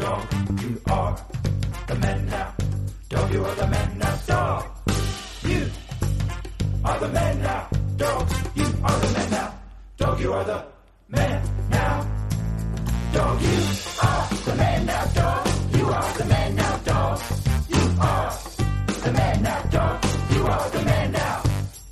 You are the men now. Dog, you are the men now. Dog, you are the men now. Dog, you are the men now. Dog, you are the men now. Dog, you are the men now. Dog, you are the men now. Dog, you are the men now. Dog, you are the men now.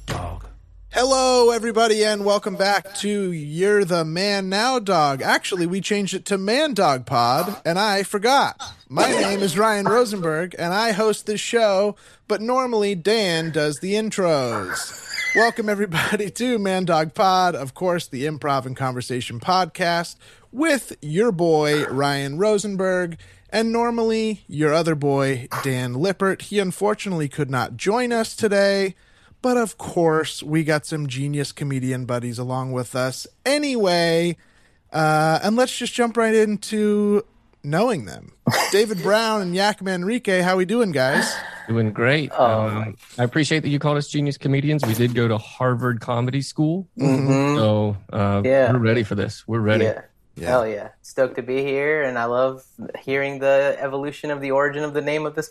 Dog. Hello, everybody, and welcome back to You're the Man Now Dog. Actually, we changed it to Man Dog Pod, and I forgot. My name is Ryan Rosenberg, and I host this show, but normally Dan does the intros. Welcome, everybody, to Man Dog Pod, of course, the improv and conversation podcast with your boy, Ryan Rosenberg. And normally, your other boy, Dan Lippert. He unfortunately could not join us today. But of course, we got some genius comedian buddies along with us anyway. Uh, and let's just jump right into knowing them. David Brown and Yak Manrique, how we doing, guys? Doing great. Oh, um, I appreciate that you called us genius comedians. We did go to Harvard Comedy School, so uh, Mm-hmm. Yeah. we're ready for this. We're ready. Yeah. Hell yeah. Stoked to be here, and I love hearing the evolution of the origin of the name of this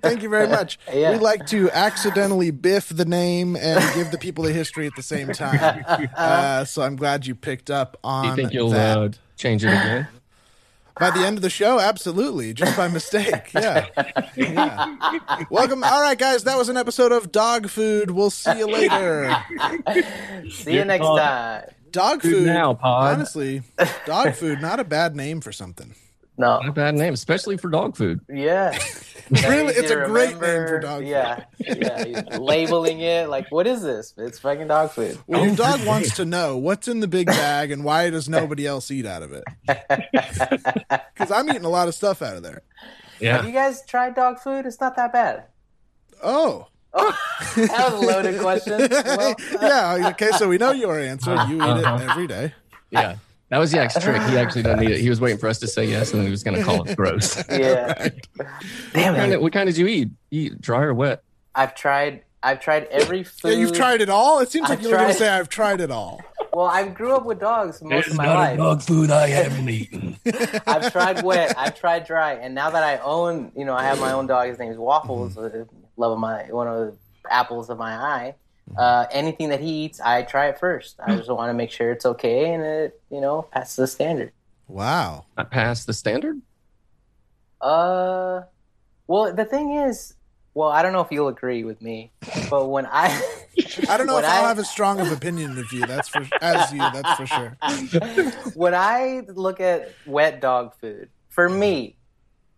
Thank you very much. Yeah. We like to accidentally biff the name and give the people the history at the same time. Uh, so I'm glad you picked up on Do you think you'll that. uh, change it again? By the end of the show, absolutely, just by mistake. Yeah. yeah. Welcome. All right, guys, that was an episode of Dog Food. We'll see you later. See you next on. time. Dog Food Food. now, pod. Honestly, Dog Food, not a bad name for something. Not a No. bad name, especially for dog food. Yeah. Really, Easy it's to a great name remember. for dog food. Yeah. Yeah. You're Labeling it like, what is this? It's fucking dog food. Well, your dog wants to know what's in the big bag and why does nobody else eat out of it? Because I'm eating a lot of stuff out of there. Have Yeah. you guys tried dog food? It's not that bad. Oh. That was a loaded question. Well, uh, yeah. Okay. So we know your answer. Uh-huh. You eat it every day. Yeah. That was Yak's trick. He actually doesn't need it. He was waiting for us to say yes, and then he was going to call us gross. What yeah. Damn kind it. of- what kind did you eat? You eat dry or wet? I've tried. I've tried every food. Yeah, you've tried it all. Oh, It seems like I've you were going to tried- say I've tried it all. Well, I grew up with dogs most of my life. food I haven't eaten. I've tried wet, I've tried dry, and now that I own, you know, I have my own dog. His name's Waffles, the love of my one of the apples of my eye. Uh, anything that he eats, I try it first. I just want to make sure it's okay and it, you know, passes the standard. Wow. Not past the standard? Uh, well, the thing is, well, I don't know if you'll agree with me, but when I, I don't know When if I'll I- have as strong of opinion of you. That's for as you. That's for sure. when I look at wet dog food, for me,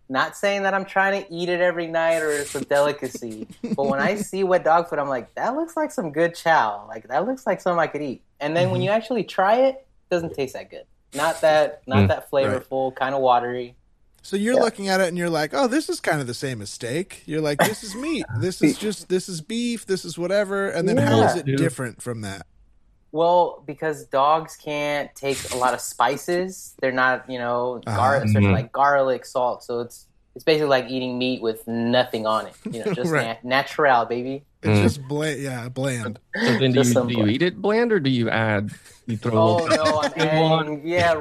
not saying that I'm trying to eat it every night or it's a delicacy, but when I see wet dog food, I'm like, that looks like some good chow. Like that looks like something I could eat. And then when you actually try it, it doesn't taste that good. Not that not Mm, that flavorful, kind of watery. So you're looking at it and you're like, oh, this is kind of the same as steak. You're like, this is meat. This is just this is beef. This is whatever. And then how is Yeah. it different from that? Well, because dogs can't take a lot of spices, they're not, you know, gar- Uh-huh. especially like garlic, salt. So it's it's basically like eating meat with nothing on it. You know, just Right. na- natural, baby. It's Mm. just bland. Yeah, bland. So then do Just you, some do you bland. eat it bland or do you add, you throw a Oh little no, I'm Good one. adding yeah,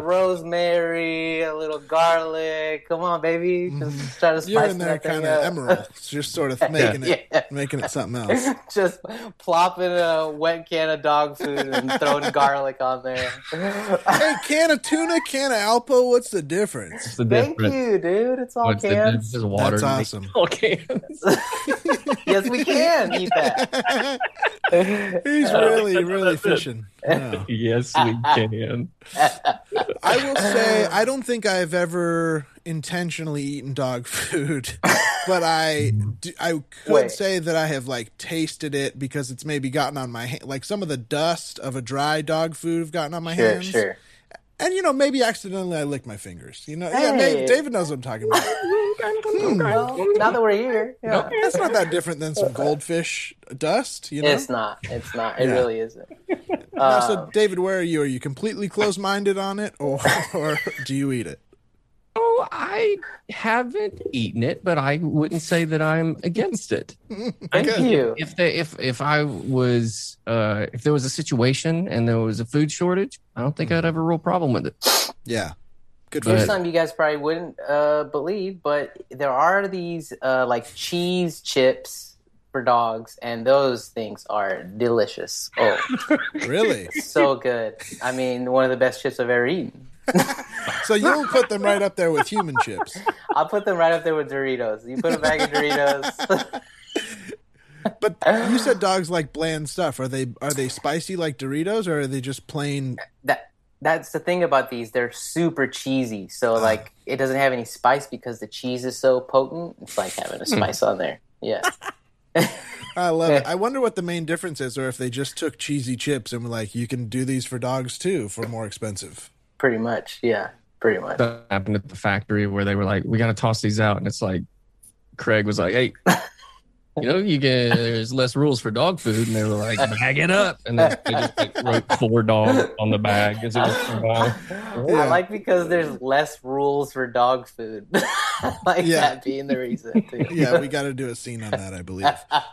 rosemary, a little garlic. Come on, baby, just try to spice Mm-hmm. You're in there, that thing kind up. of emerald. It's just sort of making it Yeah. making it something else. just plopping a wet can of dog food and throwing garlic on there. Hey, can of tuna, can of Alpo. What's the difference? What's the Thank difference? you, dude. It's all What's the difference? cans. Just water. That's awesome. All cans. yes, we can eat that. He's really, really fishing. Yeah. yes, we can. I will say I don't think I've ever intentionally eaten dog food, but I do, I could Wait. say that I have like tasted it because it's maybe gotten on my hand. Like some of the dust of a dry dog food have gotten on my Sure, hands. sure. And you know maybe accidentally I lick my fingers. You know, yeah, Hey. maybe, David knows what I'm talking about. Well, now that we're here, yeah. Hmm. That's not that different than some goldfish dust. You know. it's not. It's not. It Yeah. really isn't. Now, Um, so David, where are you? Are you completely closed-minded on it, or or do you eat it? Oh, I haven't eaten it, but I wouldn't say that I'm against it. thank you. If they, if if I was uh, if there was a situation and there was a food shortage, I don't think I'd have a real problem with it. Yeah. Good for Here's you. something you guys probably wouldn't uh, believe, but there are these uh, like cheese chips for dogs, and those things are delicious. Oh, Really? so good. I mean, one of the best chips I've ever eaten. So you'll put them right up there with human chips. I'll put them right up there with Doritos. You put a bag of Doritos. But you said dogs like bland stuff. Are they are they spicy like Doritos or are they just plain that that's the thing about these. They're super cheesy. So like, it doesn't have any spice because the cheese is so potent. It's like having Hmm. a spice on there. Yeah. I love Eh. it. I wonder what the main difference is or if they just took cheesy chips and were like you can do these for dogs too for more expensive. Pretty much, yeah. Pretty much. That happened at the factory where they were like, "We got to toss these out," and it's like, Craig was like, "Hey." You know, you get there's less rules for dog food, and they were like, "Bag it up," and then they just like, wrote four dogs on the bag. As it was I like because there's less rules for dog food. I like Yeah. that being the reason. Too. Yeah, we got to do a scene on that, I Ah, believe.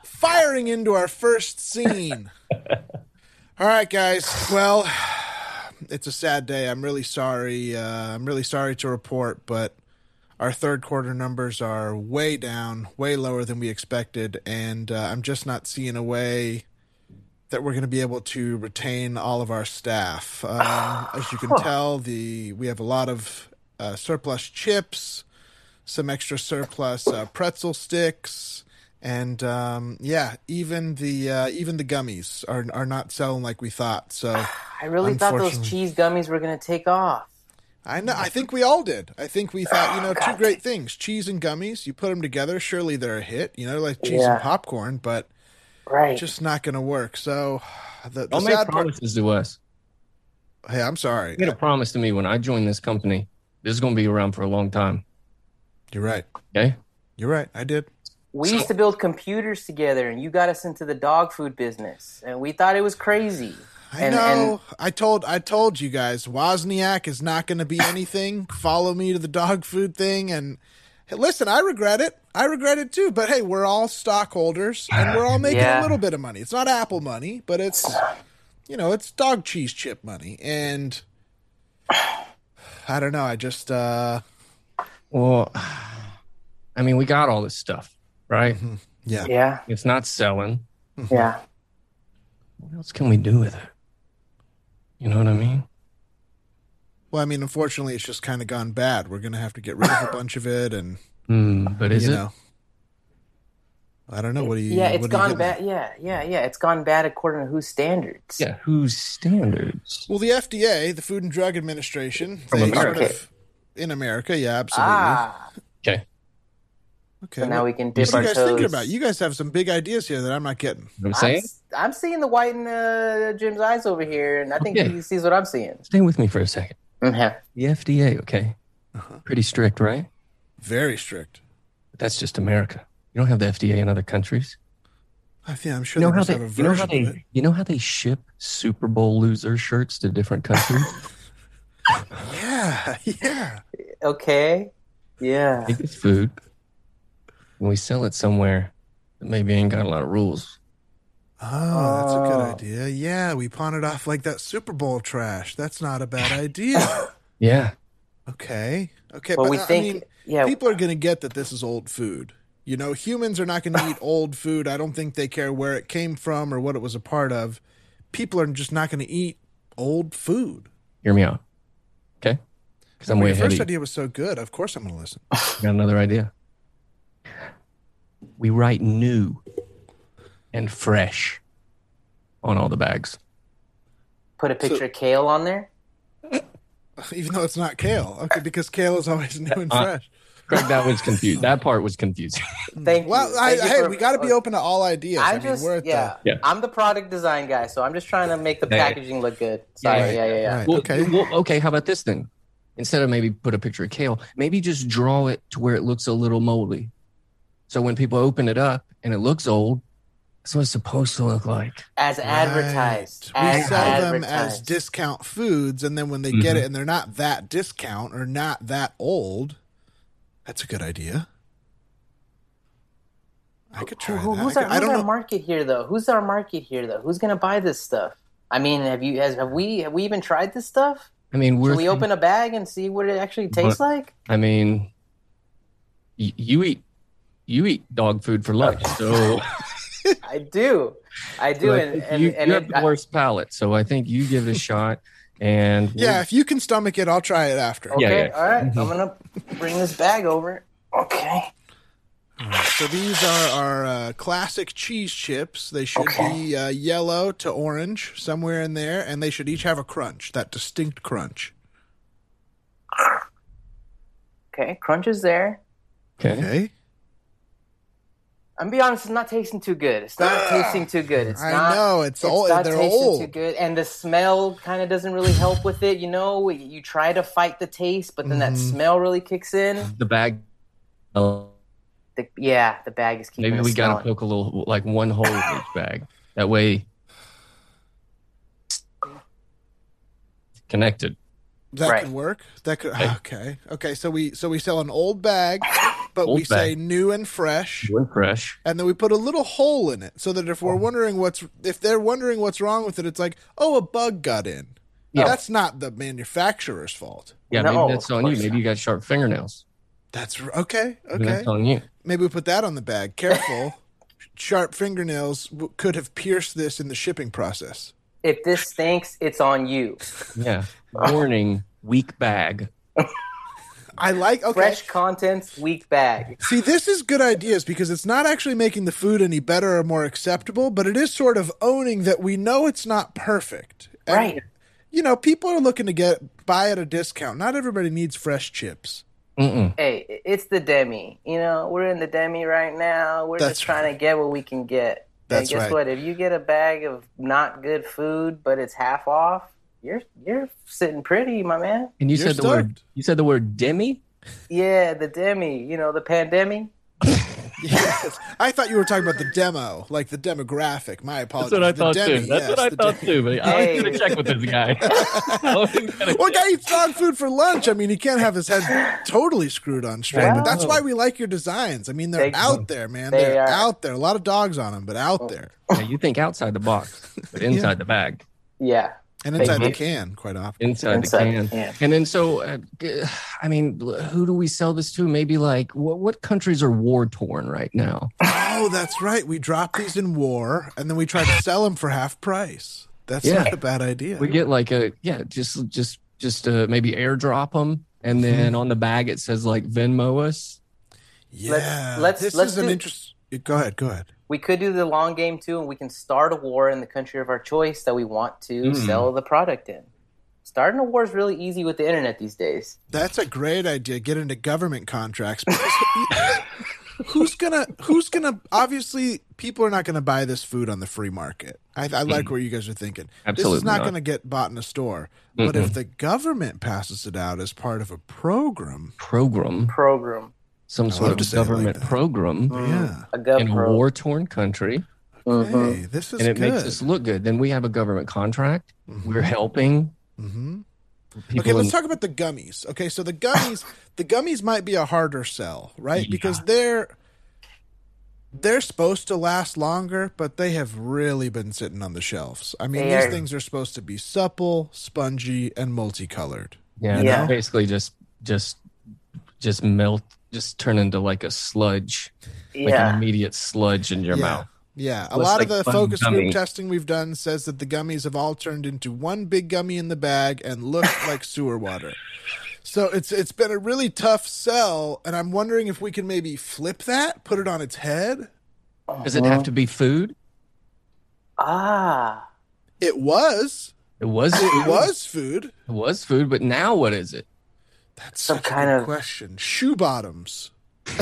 Firing into our first scene. All right, guys. Well, it's a sad day. I'm really sorry. Uh, I'm really sorry to report, but our third quarter numbers are way down, way lower than we expected, and uh, I'm just not seeing a way that we're going to be able to retain all of our staff. Um, as you can tell, the we have a lot of uh, surplus chips, some extra surplus uh, pretzel sticks, and um, yeah, even the uh, even the gummies are are not selling like we thought. So. I really thought those Unfortunately. cheese gummies were gonna take off. I know. I think we all did. I think we thought, you know, two great things: cheese and gummies. You put them together, surely they're a hit. You know, like cheese Yeah. and popcorn, but Right. just not going to work. So, the, the Don't make sad part. promises to us. Hey, I'm sorry. You made a promise to me when I joined this company. This is going to be around for a long time. You're right. Okay. You're right. I did. we used to build computers together and you got us into the dog food business and we thought it was crazy. I and, know. I told. I told you guys. Wozniak is not going to be anything. Follow me to the dog food thing, and hey, listen. I regret it. I regret it too. But hey, we're all stockholders, and we're all making a Yeah. little bit of money. It's not Apple money, but it's you know, it's dog cheese chip money, and I don't know. I just uh Well, I mean, we got all this stuff, right? Mm-hmm. yeah. and yeah, It's not selling. yeah. What else can we do with it? You know what I mean? Well, I mean, unfortunately, it's just kind of gone bad. We're gonna have to get rid of a bunch of it, and Hmm, but is you it? know. I don't know. What do you? Yeah, what it's do you gone get now? bad. Yeah, yeah, yeah. It's gone bad according to whose standards. Yeah. Whose standards? Well, the FDA, the Food and Drug Administration, From they America. sort of in America, yeah, absolutely. Ah, Okay. okay, so now what, we can dip what are our you guys toes. thinking about? You guys have some big ideas here that I'm not getting. You know what I'm I'm, saying? s- I'm seeing the white in uh, Jim's eyes over here, and I think Okay. he sees what I'm seeing. Stay with me for a second. Mhm. The FDA, okay? Pretty strict, right? Uh-huh. Very strict. But that's just America. You don't have the FDA in other countries. I think I'm sure You know they how must they, have a you know how version of it. they, you know how they ship Super Bowl loser shirts to different countries. Yeah, yeah. Okay. Yeah. Take this food and we sell it somewhere that maybe ain't got a lot of rules. Oh, that's a Oh. good idea. Yeah, we pawn it off like that Super Bowl trash. That's not a bad idea. Yeah. okay, okay. But we I- think, I mean, yeah, people are going to get that this is old food. You know, humans are not going to eat old food. I don't think they care where it came from or what it was a part of. People are just not going to eat old food. Hear me out. Okay. Because I'm Well, way your ahead of first you. idea was so good. Of course, I'm going to listen. Got another idea. We write new and fresh on all the bags. put a picture of kale on there. Even though it's not kale. Okay, because kale is always new and Uh, fresh. Craig, that was confused. That part was confusing. Thank Hmm. Well, you. I, Thank you hey, for- uh, we got to be open to all ideas. I, I'm mean, just, we're at yeah, Yeah. I'm the product design guy, so I'm just trying to make the Yeah, yeah. packaging look good. Sorry. right, Yeah, yeah, the. yeah. Right, Well, okay. well, okay. How about this then? Instead of maybe put a picture of kale, maybe just draw it to where it looks a little moldy. So when people open it up and it looks old, that's what it's supposed to look like. As advertised. Right. We As sell them as advertised. discount foods, and then when they Mm-hmm. get it and they're not that discount or not that old, that's a good idea. I could try Who- that. who's I, our, could- who's I don't our know. market here, though? Who's our market here, though? Who's gonna buy this stuff? I mean, have you has, have we have we even tried this stuff? I mean, we're. Can we open a bag and see what it actually tastes But- like? I mean, y- you eat you eat dog food for lunch, so I do. I do. I and think and, you, and you it, have the worst palate. So I think you give it a shot, and we'll- Yeah, if you can stomach it, I'll try it after. Yeah, okay, yeah. Mm-hmm. all right. I'm going to bring this bag over. Okay. So these are our uh, classic cheese chips. They should be uh, yellow to orange, somewhere in there, and they should each have a crunch, that distinct crunch. Okay. Crunch is there. okay. Okay? I'm be honest, it's not tasting too good. It's not tasting too good. It's Ah, I not. know, it's, old. not They're tasting old. too good, and the smell kind of doesn't really help with it. You know, you try to fight the taste, but then that Mhm. smell really kicks in. the bag. uh, The, yeah, the bag is keeping. maybe us we gotta smelling. poke a little, like one hole in each bag. That way, connected. That Right. could work. That could okay. Okay, so we so we sell an old bag, but Old we say new and fresh, We're fresh. and then we put a little hole in it so that if Oh. we're wondering what's if they're wondering what's wrong with it, it's like, "Oh, a bug got in." Yeah. That's not the manufacturer's fault. Yeah, No, maybe that's of on you. course Maybe not. you got sharp fingernails. That's r- okay. Maybe Okay. that's on you. Maybe we put that on the bag. Careful. Sharp fingernails w- could have pierced this in the shipping process. If this stinks, it's on you. Yeah. Warning: weak bag. I like okay. Fresh contents, weak bag. See, this is good ideas because it's not actually making the food any better or more acceptable, but it is sort of owning that we know it's not perfect. And, Right. You know, people are looking to get buy at a discount. Not everybody needs fresh chips. Mm-mm. Hey, i- it's the demi. You know, we're in the demi right now. We're That's just trying to get what we can get. That's and guess right. what? If you get a bag of not good food, but it's half off, you're you're sitting pretty, my man. And you You're said the word. stoked. You said the word demi. Yeah, the demi. You know, the pandemic. Yes. I thought you were talking about the demo, like the demographic. My apologies. That's what I Oh, The thought demi, too. That's yes, what I the thought demi. too. But I Hey. was gonna check with this guy. I was gonna Well, check. guy eats dog food for lunch. I mean, he can't have his head totally screwed on straight. But that's why we like your designs. I mean, they're They- out there, man. they They are are. Oh, out there. A lot of dogs on them, but out there Yeah, you think outside the box, but inside the bag, Yeah. and inside They- the can quite often. inside, Inside the can. the can. And then so, uh, g- I mean, who do we sell this to? Maybe like what, what countries are war torn right now? Oh, that's right. We drop these in war, and then we try to sell them for half price. That's Yeah. not a bad idea. We get like a yeah, just just just uh, maybe airdrop them, and then Mm-hmm. on the bag it says like Venmo us. yeah, let's- this let's is an do- interest. Go ahead. Go ahead. We could do the long game too, and we can start a war in the country of our choice that we want to Hmm. Mm. sell the product in. Starting a war is really easy with the internet these days. That's a great idea. Get into government contracts. because- who's gonna? Who's gonna? Obviously, people are not gonna buy this food on the free market. I, I like where you guys are thinking. this is Absolutely not, not. gonna get bought in a store. But if the government passes it out as part of a program, Program, Program, some love sort to of say it like government that. program yeah, a gov in a pro. war torn country. Mhm. hey, this is and it good. makes us look good. Then we have a government contract. We're helping hmm people. Okay, let's in- talk about the gummies. Okay, so the gummies, the gummies might be a harder sell, right? Because they're they're supposed to last longer, but they have really been sitting on the shelves. I mean, They these are- things are supposed to be supple, spongy, and multicolored. yeah, you they're know? basically just just just melt, just turn into like a sludge, like an Yeah. immediate sludge in your yeah. mouth. Yeah, a Looks lot of like the fun focus gummy. group testing we've done says that the gummies have all turned into one big gummy in the bag and look like sewer water. So it's it's been a really tough sell, and I'm wondering if we can maybe flip that, put it on its head. Does it have to be food? Ah. It was, It was it it was food. was food, but now what is it? That's Some such a kind good of- question. Shoe bottoms,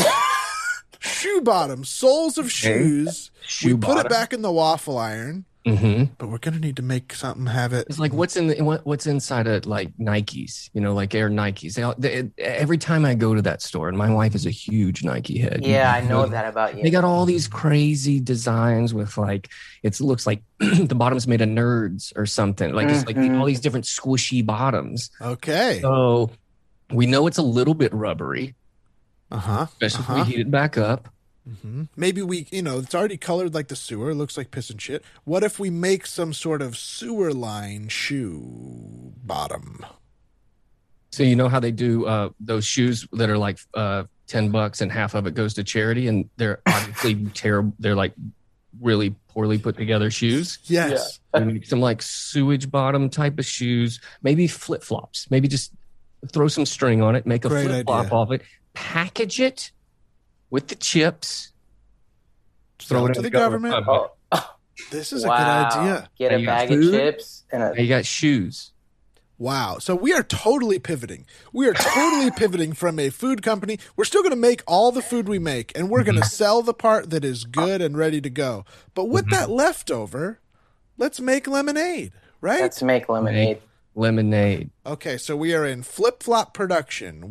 shoe bottoms, soles of shoes. Shoe we put it back in the waffle iron, hmm but we're gonna need to make something have it. It's like what's in the, what, what's inside of like Nikes, you know, like Air Nikes. They, all- they, every time I go to that store, and my wife is a huge Nike head. Yeah, I know that about They you. got all these crazy designs with like it looks like the bottom's made of nerds or something. Like it's like Mhm. all these different squishy bottoms. Okay, So we know it's a little bit rubbery, uh huh. especially Uh-huh. if we heat it back up. hmm Maybe we, you know, it's already colored like the sewer. It looks like piss and shit. What if we make some sort of sewer line shoe bottom? So you know how they do uh, those shoes that are like uh, ten bucks and half of it goes to charity, and they're obviously terrible. They're like really poorly put together shoes. Yes. They make some like sewage bottom type of shoes, maybe flip flops. Maybe just throw some string on it, make a Great flip flop idea. off it, package it with the chips, Sell throw it to in the gutter. government. Uh, Oh, This is wow. a good idea. Get Now a you got bag food. of chips and a Now you got shoes. Wow. So we are totally pivoting. We are totally pivoting from a food company. We're still going to make all the food we make and we're going to sell the part that is good and ready to go. But with that leftover, let's make lemonade, right? let's make lemonade. Lemonade. okay. So we are in flip flop production.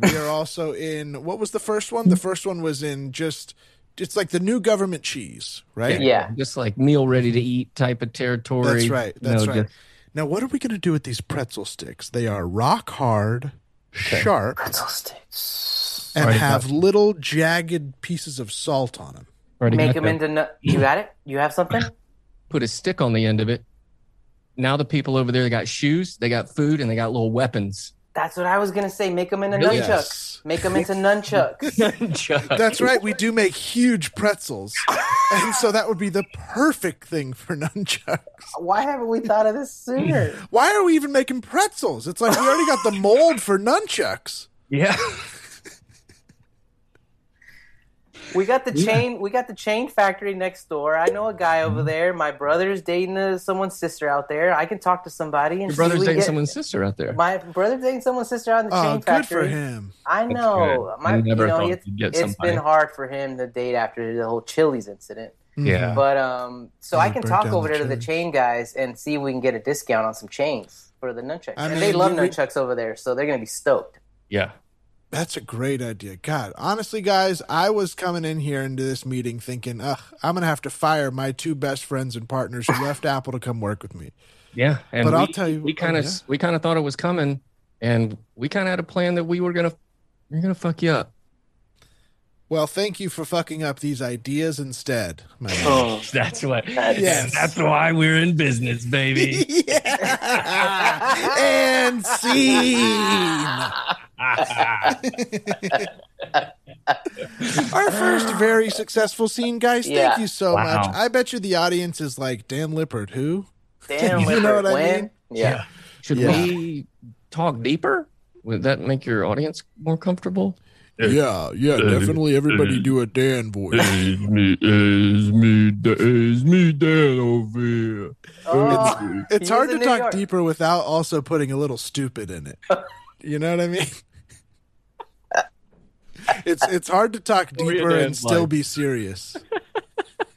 We are also in what was the first one? The first one was in just, it's like the new government cheese, right? Yeah. Just like meal ready to eat type of territory. That's right. You That's know, right. just- Now, what are we going to do with these pretzel sticks? They are rock hard, sharp, Pretzel sticks. and Already have got little jagged pieces of salt on them. already Make got them that. into. Nu- you got it? You have something? put a stick on the end of it. Now the people over there, they got shoes, they got food, and they got little weapons. That's what I was gonna say. Make them into Really? nunchucks. Yes. Make them into nunchucks. Chuck. That's right. We do make huge pretzels, and so that would be the perfect thing for nunchuck. Why haven't we thought of this sooner? Why are we even making pretzels? It's like we already got the mold for nunchucks. yeah. We got the chain. We got the chain factory next door. I know a guy Mm-hmm. over there. My brother's dating uh someone's sister out there. I can talk to somebody and Your see brother's we dating get- someone's sister out there. My brother's dating someone's sister out in the Oh, chain good factory. for him. I That's know. good. My, I you never know, thought it's, you'd get it's been somebody. hard for him to date after the whole Chili's incident. Mm-hmm. yeah. But um, so Yeah, I can burnt talk down over the there to the Chili's. chain guys and see if we can get a discount on some chains for the nunchucks. I and they mean, love we- we- nunchucks over there, so they're gonna be stoked. yeah. That's a great idea. God, honestly, guys, I was coming in here into this meeting thinking, ugh, I'm going to have to fire my two best friends and partners who left Apple to come work with me. Yeah. And But we, I'll tell you- we kind oh, of yeah. we kind of thought it was coming, and we kind of had a plan that we were gonna we're gonna fuck you up. Well, thank you for fucking up these ideas instead. My man. Boom. That's what. Yes. that's why we're in business, baby. yeah. and scene. Our first very successful scene, guys. Yeah. Thank you so Wow. much. I bet you the audience is like, Dan Lippard, who? Damn, You Lippert, know what I when? mean? Yeah. Should Yeah. we talk deeper? Would that make your audience more comfortable? Yeah, yeah, definitely. Everybody do a Dan voice. It's me, it's me, Da- it's me, Dan over here. Oh, It's He hard to was in New talk York. deeper without also putting a little stupid in it. You know what I mean? It's it's hard to talk Gloria deeper and Dan's still life. be serious.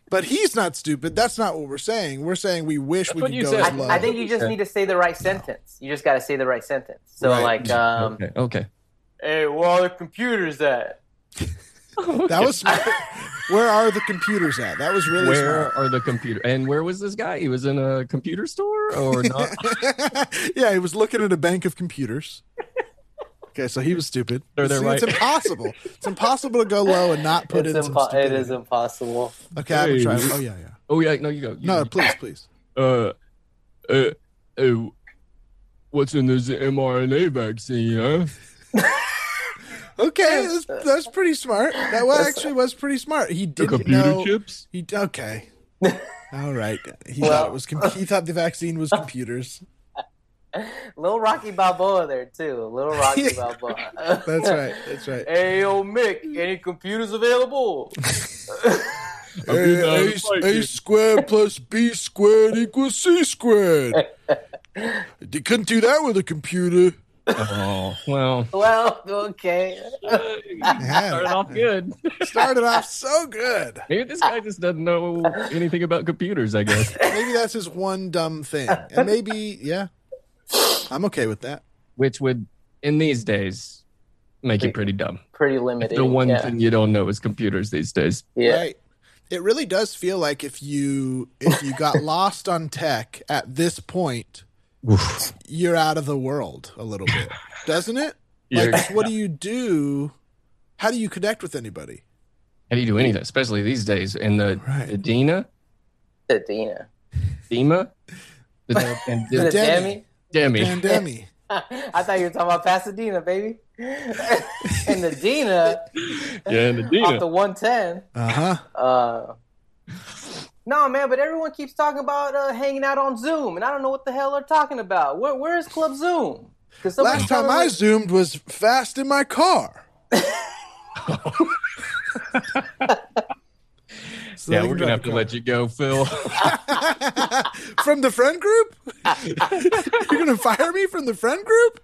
But he's not stupid. That's not what we're saying. We're saying we wish we what could you go said. as low. I, I think you just need to say the right sentence. You just got to say the right sentence. So Right. like, um, okay. Okay. hey, where all the computers at? that was smart. Where are the computers at? That was really smart. Where are the computer? And where was this guy? He was in a computer store or not? yeah, he was looking at a bank of computers. Okay, so he was stupid. They're- they're See, It's right. impossible. It's impossible to go low and not put It's in some impo- it stupidity. is impossible. Okay, I'm gonna try. Oh yeah, yeah. oh yeah, no, you go. You No, go. please, please. Uh, uh, uh, what's in this mRNA vaccine, huh? Okay, that's, that's pretty smart. That well, actually was pretty smart. He The didn't computer know. chips? He okay. All right. He thought Well- it was. Com- he thought the vaccine was computers. Little Rocky Balboa there too. Little Rocky Balboa. That's right. That's right. Hey, yo, Mick, any computers available? Hey, A, I like a it. squared plus B squared equals C squared. They couldn't do that with a computer. Oh well. well, okay. Started off good. Started off so good. Maybe this guy just doesn't know anything about computers. I guess Maybe that's his one dumb thing. And maybe, yeah, I'm okay with that. which would in these days make you pretty dumb. Pretty It's limited. the one yeah. thing you don't know is computers these days. Yeah. Right. It really does feel like if you if you got lost on tech at this point, you're out of the world a little bit, doesn't it? You're- Like, what do you do? How do you connect with anybody? How do you do anything, especially these days? And the Right. the Dina, Adina. Dima, the, and The the Demi. Demi. Demi. Pandemi. I thought you were talking about Pasadena, baady. and the Dina Yeah, and the off Dina. the 110. Uh huh. Uh, no, man, but everyone keeps talking about uh, hanging out on Zoom, and I don't know what the hell they're talking about. Where, where is Club Zoom? Because Last time I zoomed was fast in my car. So yeah, they we're can gonna drive have the to let you go, Phil. from the friend group? You're gonna fire me from the friend group?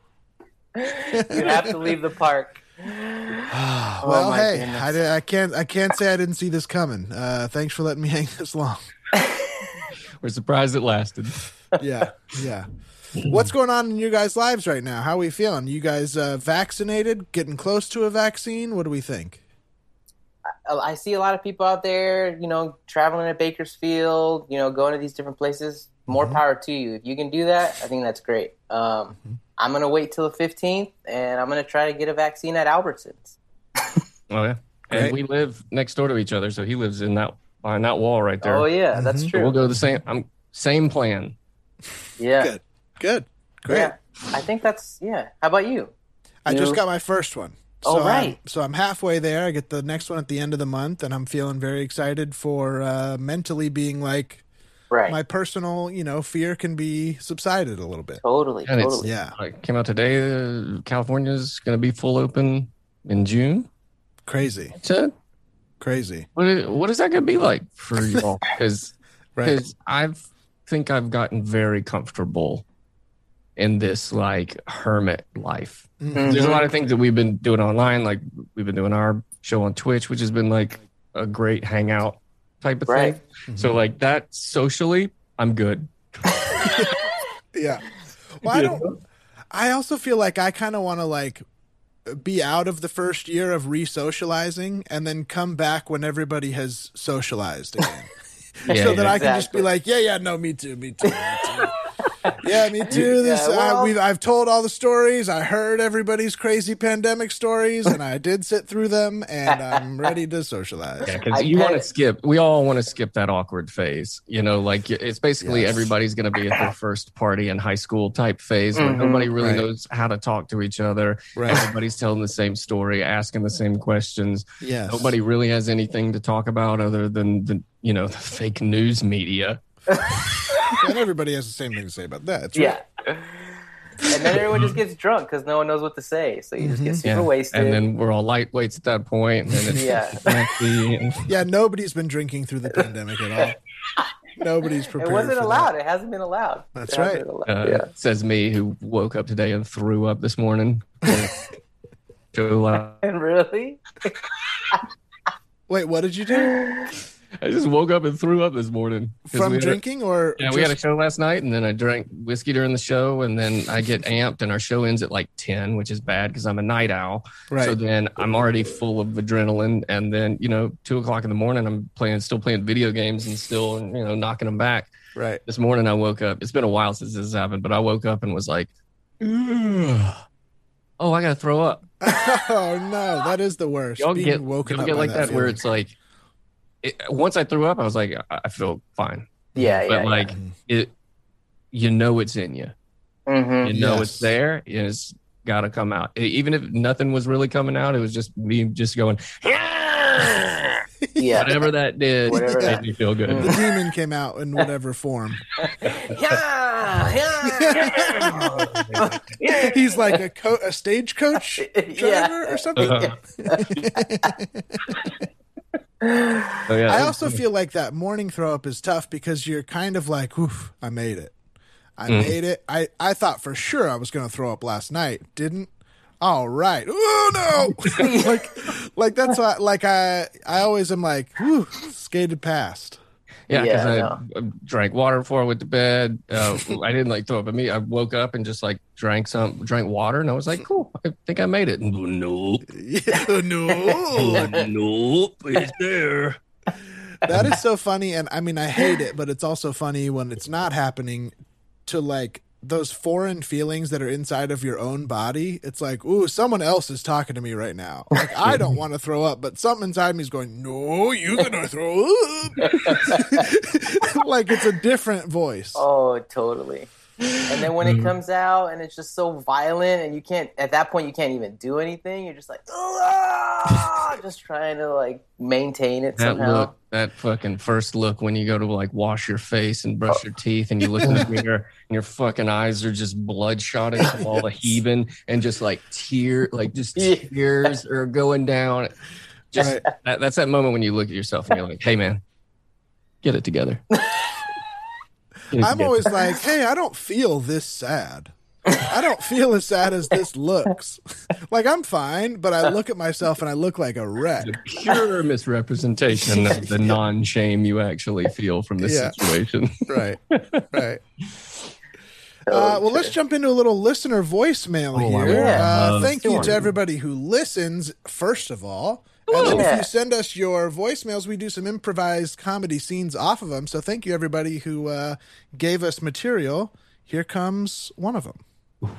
you have to leave the park. well, Oh my hey, goodness. I, di- I can't. I can't say I didn't see this coming. Uh, thanks for letting me hang this long. we're surprised it lasted. Yeah, yeah. What's going on in you guys' lives right now? How are we feeling? You guys uh, vaccinated? Getting close to a vaccine? What do we think? Oh, I see a lot of people out there, you know, traveling to Bakersfield, you know, going to these different places. More power to you. If you can do that, I think that's great. Um, I'm going to wait till the 15th and I'm going to try to get a vaccine at Albertsons. Oh yeah, Great. and we live next door to each other, so he lives in that behind that wall right there. Oh, yeah, that's So we'll true. go the same. I'm same plan. Yeah. Good, good, great. Yeah. I think that's, yeah. How about you? I You- just got my first one. Oh, I'm- right. so I'm halfway there. I get the next one at the end of the month, and I'm feeling very excited for uh, mentally being like Right. my personal, you know, fear can be subsided a little bit. totally. And it's- totally. Yeah, Like came out today. Uh, California's gonna be full open in June. crazy, So crazy, what is, what is that gonna be like for y'all? Because right? I've think I've gotten very comfortable in this like hermit life. Mhm. There's a lot of things that we've been doing online, like we've been doing our show on Twitch, which has been like a great hangout type of Right. thing. Mm-hmm. So like that socially, I'm good. Yeah. Well, I don't. I also feel like I kind of want to like be out of the first year of re-socializing and then come back when everybody has socialized again, Yeah, so that yeah. I can just be Exactly. like, yeah, yeah, no, me too, me too, me too. yeah, me too. This Yeah, well- I, we've, I've told all the stories. I heard everybody's crazy pandemic stories, and I did sit through them, and I'm ready to socialize. Yeah, I because you want bet to it- skip. We all want to skip that awkward phase. You know, like y- it's basically Yes. everybody's going to be at their first party in high school type phase where Mhm. nobody really Right. knows how to talk to each other. Right? Everybody's telling the same story, asking the same questions. Yes. Nobody really has anything to talk about other than the you know the fake news media. And everybody has the same thing to say about that. It's right. Yeah. and then everyone just gets drunk because no one knows what to say. So you just Mm-hmm. get super wasted. Mm-hmm. and then we're all lightweights at that point, and then it's Yeah. messy and- Yeah, nobody's been drinking through the pandemic at all. Nobody's it prepared. wasn't for allowed. That. It hasn't been allowed. That's It hasn't right. been Uh, allowed. yeah. Says me who woke up today and threw up this morning. So, uh, And really? Wait, what did you do? I just woke up and threw up this morning 'Cause we From had a- drinking or yeah, we had a just- show last night, and then I drank whiskey during the show, and then I get amped, and our show ends at like ten, which is bad because I'm a night owl. right? So then I'm already full of adrenaline, and then you know two o'clock in the morning, I'm playing, still playing video games, and still you know knocking them back. right. This morning I woke up. It's been a while since this has happened, but I woke up and was like, "Ugh. "Oh, I gotta throw up." oh no, that is the worst. y'all Being get woken y'all up get by like that, where feeling. it's like it, once I threw up, I was like, I, I feel fine, Yeah, yeah. but like it, you know, it's in you. mm-hmm. You know, Yes. it's there. It's got to come out. E- even if nothing was really coming out, it was just me just going yeah. whatever that did. Whatever made that- me feel good. the demon came out in whatever form. yeah, yeah, He's like a, co- a stagecoach driver yeah. or something. Uh-huh. So, Oh, yeah, I it- also feel like that morning throw up is tough because you're kind of like, oof, I made it. I Mm. made it. I, I thought for sure I was going to throw up last night. Didn't. All right. Oh no. like like that's why like I I always am like, whew, skated past. Yeah, because Yeah, I no. uh, drank water before I went to bed. Uh, I didn't like throw up at me. I woke up and just like drank some, drank water, and I was like, "Cool, I think I made it." Nope, Yeah, no. nope, it's there. that is so funny and i mean i hate it but it's also funny when it's not happening to like those foreign feelings that are inside of your own body it's like ooh someone else is talking to me right now like i don't want to throw up but something inside me is going no you're gonna throw up like it's a different voice Oh, totally. And then when Mm. it comes out and it's just so violent and you can't at that point you can't even do anything. You're just like "Ah!" just trying to like maintain it That somehow. look, that fucking first look when you go to like wash your face and brush your teeth and you look in the mirror and your fucking eyes are just bloodshot and from all the heaving and just like tear, like just Yeah. tears are going down. Just that, that's that moment when you look at yourself and you're like, hey man, get it together. Get it I'm together. always like, hey, I don't feel this sad. I don't feel as sad as this looks. like I'm fine, but I look at myself and I look like a wreck. the pure misrepresentation of the non shame you actually feel from this Yeah. situation. Right. Right. Uh, Okay. well, let's jump into a little listener voicemail Oh, I here. would Uh, love thank you to to. everybody who listens, first of all. And Hello. then if Yeah. you send us your voicemails, we do some improvised comedy scenes off of them. So thank you, everybody who uh, gave us material. Here comes one of them.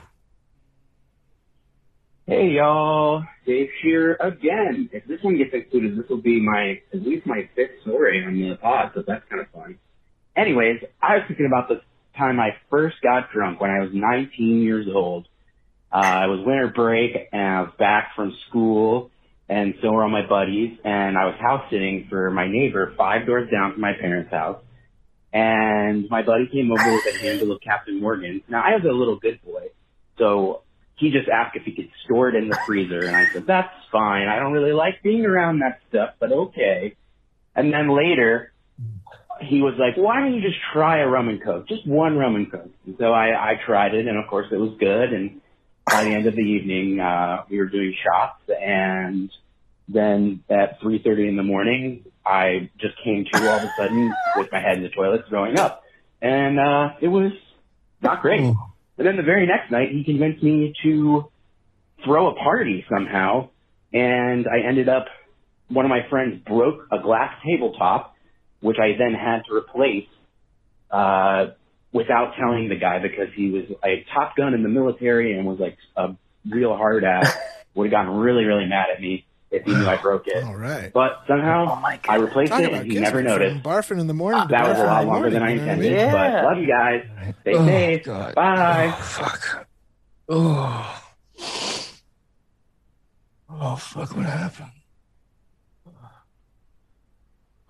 Hey y'all, Dave here again. If this one gets included, this will be my at least my fifth story on the pod, so that's kind of fun. Anyways, I was thinking about the time I first got drunk when I was 19 years old. Uh, it was winter break, and I was back from school, and so were all my buddies, and I was house sitting for my neighbor five doors down from my parents' house. And my buddy came over with a handle of Captain Morgan. Now I was a little good boy, so he just asked if he could store it in the freezer, and I said, "That's fine. I don't really like being around that stuff, but okay." And then later, he was like, "Why don't you just try a rum and coke? Just one rum and coke." And so I, I tried it, and of course, it was good. And by the end of the evening, uh, we were doing shots, and then at 3:30 in the morning, I just came to all of a sudden with my head in the toilet, throwing up, and uh, it was not great. Hmm. And then the very next night, he convinced me to throw a party somehow, and I ended up. One of my friends broke a glass tabletop, which I then had to replace uh, without telling the guy because he was a Top Gun in the military and was like a real hard ass. Would have gotten really, really mad at me if he knew I broke it. All right. But somehow Oh my God. I replaced Talking it, about and he kids never from noticed. Ah, Barfing in the morning. to That was barfing a lot in the longer than I morning, you know what intended. mean? Yeah. But love you guys. Stay Oh, safe. God. Bye. Oh, fuck. Oh. Oh fuck! What happened?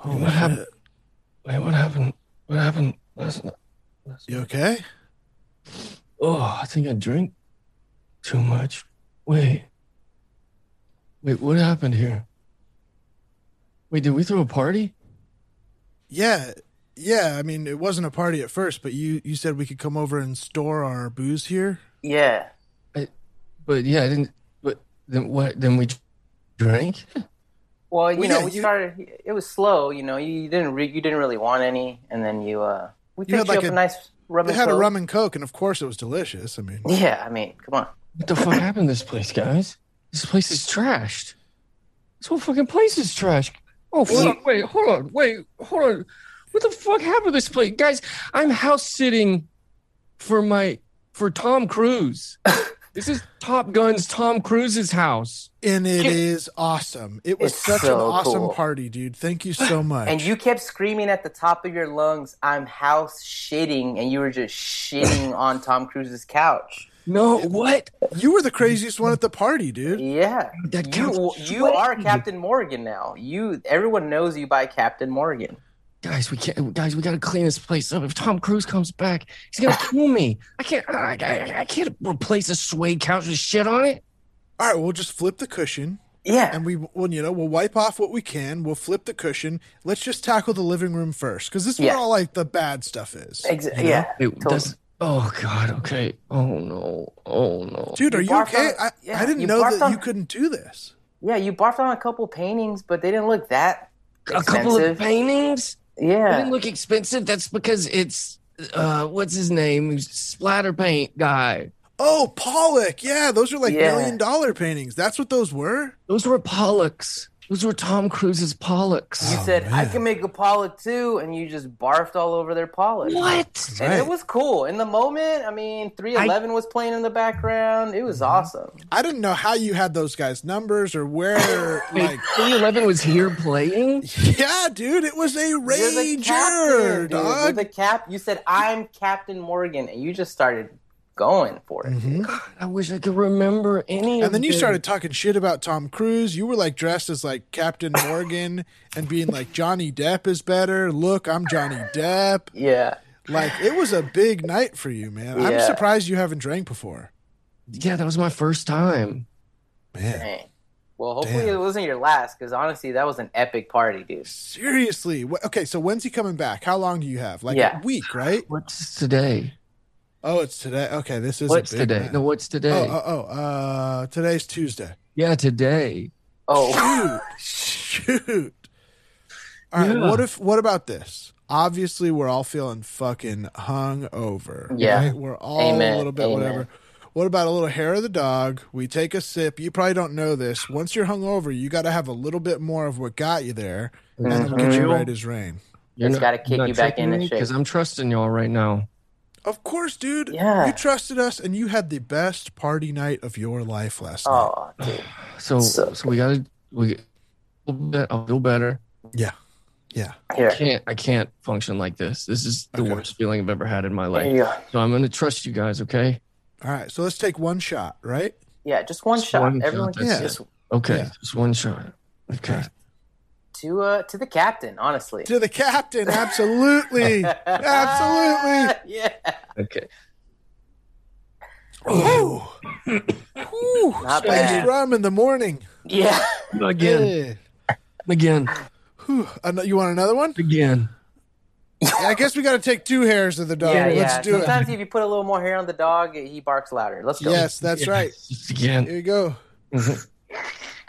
Oh, what happened? Wait, what happened? What happened? Last night? Last You okay? Oh, I think I drank too much. Wait. Wait, what happened here? Wait, did we throw a party? Yeah. Yeah, I mean, it wasn't a party at first, but you you said we could come over and store our booze here. Yeah. But yeah, I didn't. But then what? Then we drank. Well, you Well, know, yeah, we you- started. It was slow. You know, you didn't re- you didn't really want any, and then you uh, we You had picked you like up a, a- nice rum. They and had a coke. rum and coke, and of course it was delicious. I mean, Yeah, I mean, come on. What the fuck happened to this place, guys? This place is trashed. This whole fucking place is trash. Oh fuck! Wait, hold on. Wait, hold on. What the fuck happened to this place, guys? I'm house sitting for my for Tom Cruise. this is Top Gun's Tom Cruise's house. and it is awesome. It was It's such an so awesome cool. party, dude. Thank you so much. And you kept screaming at the top of your lungs, "I'm house shitting," and you were just shitting on Tom Cruise's couch. No, what? You were the craziest one at the party, dude. Yeah, That couch. you you are Captain Morgan now. You everyone knows you by Captain Morgan. guys, we can't. Guys, we gotta clean this place up. If Tom Cruise comes back, he's gonna kill me. I can't. I, I, I can't replace a suede couch with shit on it. All right, we'll just flip the cushion, Yeah, and we will you know we'll wipe off what we can. We'll flip the cushion. Let's just tackle the living room first, because this is Yeah. where all like the bad stuff is. exactly. Yeah, It Totally. does. Oh God. Okay. Oh no. Oh no. Dude, You are you barfed okay? on- I, yeah, I didn't you know barfed that on- you couldn't do this. yeah. You barfed on a couple paintings, but they didn't look that. a couple of expensive. paintings. They Yeah, didn't look expensive. That's because it's uh, what's his name? He's Splatter paint guy. Oh, Pollock. Yeah, those are like Yeah. million dollar paintings. That's what those were. Those were Pollux. Those were Tom Cruise's pollocks. You Oh, said I man. can make a pollock too, and you just barfed all over their pollock. What? And Right. it was cool in the moment. I mean, 311 was playing in the background. It was awesome. I didn't know how you had those guys' numbers or where. like, 311 was here playing. yeah, dude, it was a You're the rager, captain, dude. You're dog. the cap. You said I'm Captain Morgan, and you just started going for it. Mhm. I wish I could remember any. of And then you them. started talking shit about Tom Cruise. You were like dressed as like Captain Morgan and being like Johnny Depp is better. Look, I'm Johnny Depp. Yeah. Like it was a big night for you, man. I'm Yeah. surprised you haven't drank before. Yeah, that was my first time. Man. Dang. Well, hopefully Damn. it wasn't your last, because honestly, that was an epic party, dude. Seriously. Wh- Okay, so when's he coming back? How long do you have? Like Yeah. a week, right? What's today? Oh, it's today. Okay, this is a What's big today? night. No, what's today? Oh, oh, oh, uh, today's Tuesday. yeah, today. Oh, Shoot, shoot. All right. Yeah. What if? What about this? Obviously, we're all feeling fucking hungover. Yeah. right? we're all a Amen, little bit amen. whatever. What about a little hair of the dog? We take a sip. You probably don't know this. Once you're hungover, you got to have a little bit more of what got you there, and Mm-hmm. it'll get you Mhm. right as rain. You're It's not- gotta kick you're not you back tricking into me? shape. I'm trusting y'all right now. Of course, dude. Yeah. You trusted us, and you had the best party night of your life last night. oh, dude. So, So- so, we gotta we. I'll feel bet- I'll feel better. Yeah. Here, Can't I can't function like this. This is the Okay. worst feeling I've ever had in my here life. you go. So I'm gonna trust you guys. Okay. All right. So let's take one shot, right? Yeah, just one Just shot. one shot, Everyone, that's just Okay. Yeah. Just one shot. Okay. to uh, to the captain, honestly. To the captain, absolutely. Absolutely. yeah. Okay. Oh. Ooh. Ooh. Not Spiced bad. rum in the morning. Eh. Yeah. Again. Again. Whew. Ano- You want another one? Again. Yeah, I guess we got to take two hairs of the dog. yeah, Let's yeah. do it. Sometimes if you put a little more hair on the dog, he barks louder. Let's go. Yes, that's Yeah, right. Just again. Here you go.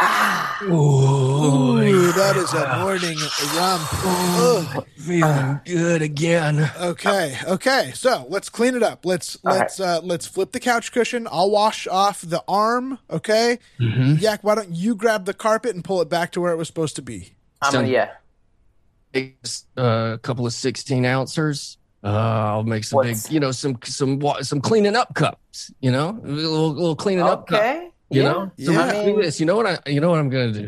Ah, Ooh, Ooh, that is a morning rum. Ugh. feeling good again. Okay, okay. So let's clean it up. Let's All let's uh, let's flip the couch cushion. I'll wash off the arm. Okay, Mhm. Yak. Why don't you grab the carpet and pull it back to where it was supposed to be? I'm gonna, Done. yeah. Takes, uh, a couple of 16 ouncers. Uh, I'll make some What's- big, you know, some some wa- some cleaning up cups. You know, a little, little cleaning up cup. Okay. You yeah. know, Yeah. so Yeah. we're gonna do this. You know what I? You know what I'm gonna do?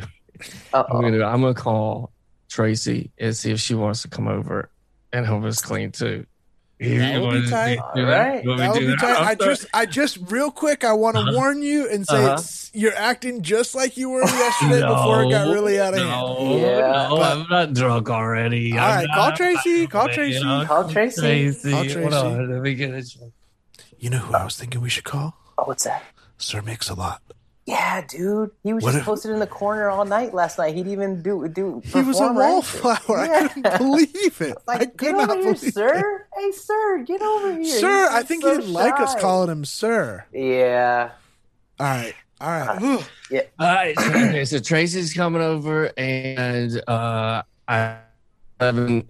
I'm Uh-oh. gonna do, I'm gonna call Tracy and see if she wants to come over and help us clean too. That would be tight. Alright. That would be tight. I just, I just, real quick, I want to warn you and say Uh-huh. it's- you're acting just like you were yesterday before it got really out of hand. No, Yeah. no, I'm not drunk already. All I'm right, not- call Tracy, call Tracy. Call Tracy. Call Hold Tracy. on, let me get it. You know who I was thinking we should call? Oh, what's that? Sir Mix a Lot. Yeah, dude. He was What just if- posted in the corner all night last night. He'd even do do. He was a perform or wallflower. I Yeah. couldn't believe it. anything. Like, I get could not over here, believe it. sir. Hey, sir, get over here. Sir, He's I think so he didn't like us shy. calling him sir. Yeah. All right, all right. All right, so, okay, so Tracy's coming over, and uh, I eleven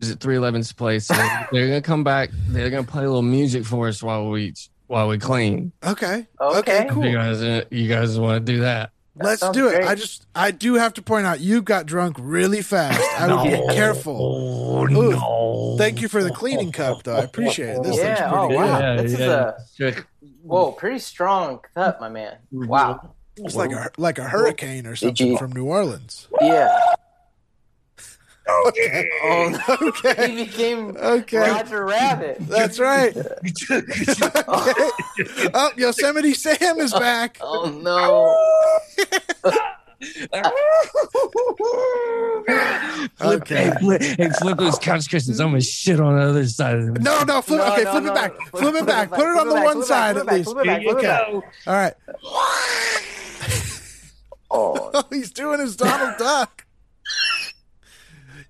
is it three eleven's place. So they're gonna come back. They're gonna play a little music for us while we while we clean. Okay, Okay. okay, If You cool. guys, uh, you guys want to do that? Let's sounds do it. great. I just, I do have to point out, you got drunk really fast. I would No. be Oh careful. Ooh, no! Thank you for the cleaning cup, though. I appreciate it. This Yeah, looks pretty oh, good. wow. This is a- Check. Whoa, pretty strong cut, my man. Wow. It's like a like a hurricane or something you- from New Orleans. Yeah. Okay, Oh, no. okay, He became okay. Roger Rabbit. That's right. Okay. Oh, Yosemite Sam is back. Oh no. Okay. Hey, flip, hey, flip those couch cushions. I'm gonna shit on the other side of them. No, no, flip. No, okay, no, flip no, it back. no. Flip it back. Put it on the back, one flip it back, side flip it at back, least. flip it back, flip it back. All right. Oh, He's doing his Donald Duck.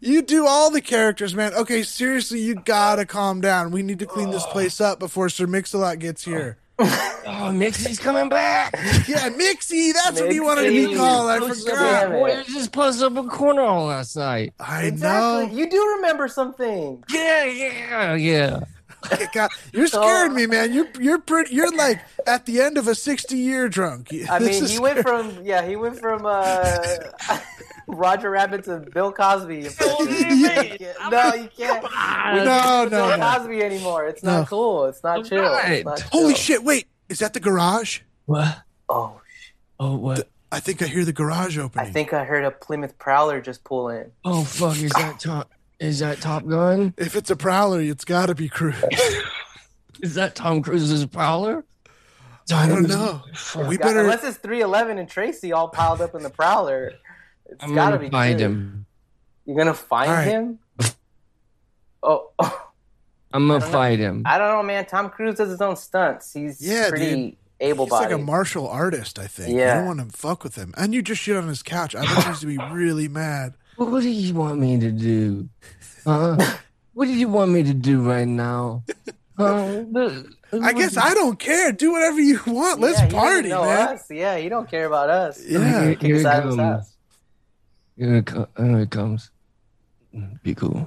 You do all the characters, man. Okay, seriously, you gotta calm down. We need to clean this place up before Sir Mix-a-Lot gets here. Oh, Mixie's coming back. Yeah, Mixie, that's what he wanted to be Mixie. called. I Posted forgot. up- Boy, he was just posted up a corner all last night. I know. exactly. You do remember something. Yeah, yeah, yeah. Yeah, God, you're scaring me, man. You're you're pretty. You're like at the end of a sixty year drunk. I This mean, is he went from yeah, he went from uh, Roger Rabbit to Bill Cosby. impression. Yeah. No, you can't. scary. no, no, Bill no. Cosby anymore. It's No. not cool. It's not chill. Alright. It's not chill. Holy shit! Wait, is that the garage? What? Oh, Oh what? I think I hear the garage I opening. think I heard a Plymouth Prowler just pull in. Oh fuck! Is that Top? Is that Top Gun? if it's a prowler, it's got to be Cruise. Is that Tom Cruise's prowler? I don't know. We God, better. unless it's 311 and Tracy all piled up in the Prowler. It's I'm gotta gonna be find true. him. You're gonna find All right. him? Oh, I'm I gonna don't know. fight him. I don't know, man. Tom Cruise does his own stunts. He's Yeah, pretty He's like a able-bodied. martial artist, I think. Yeah. Yeah. I don't want to fuck with him. And you just shit on his couch. I bet he's to be really mad. What do you want me to do? Huh? what do you want me to do right now? Huh? I guess I don't care. Do whatever you want. Let's Yeah, he doesn't party, know man. Us. Yeah, he don't care about us. Yeah. He can Here it decide his comes. house. Here it, co- here it comes. Be cool.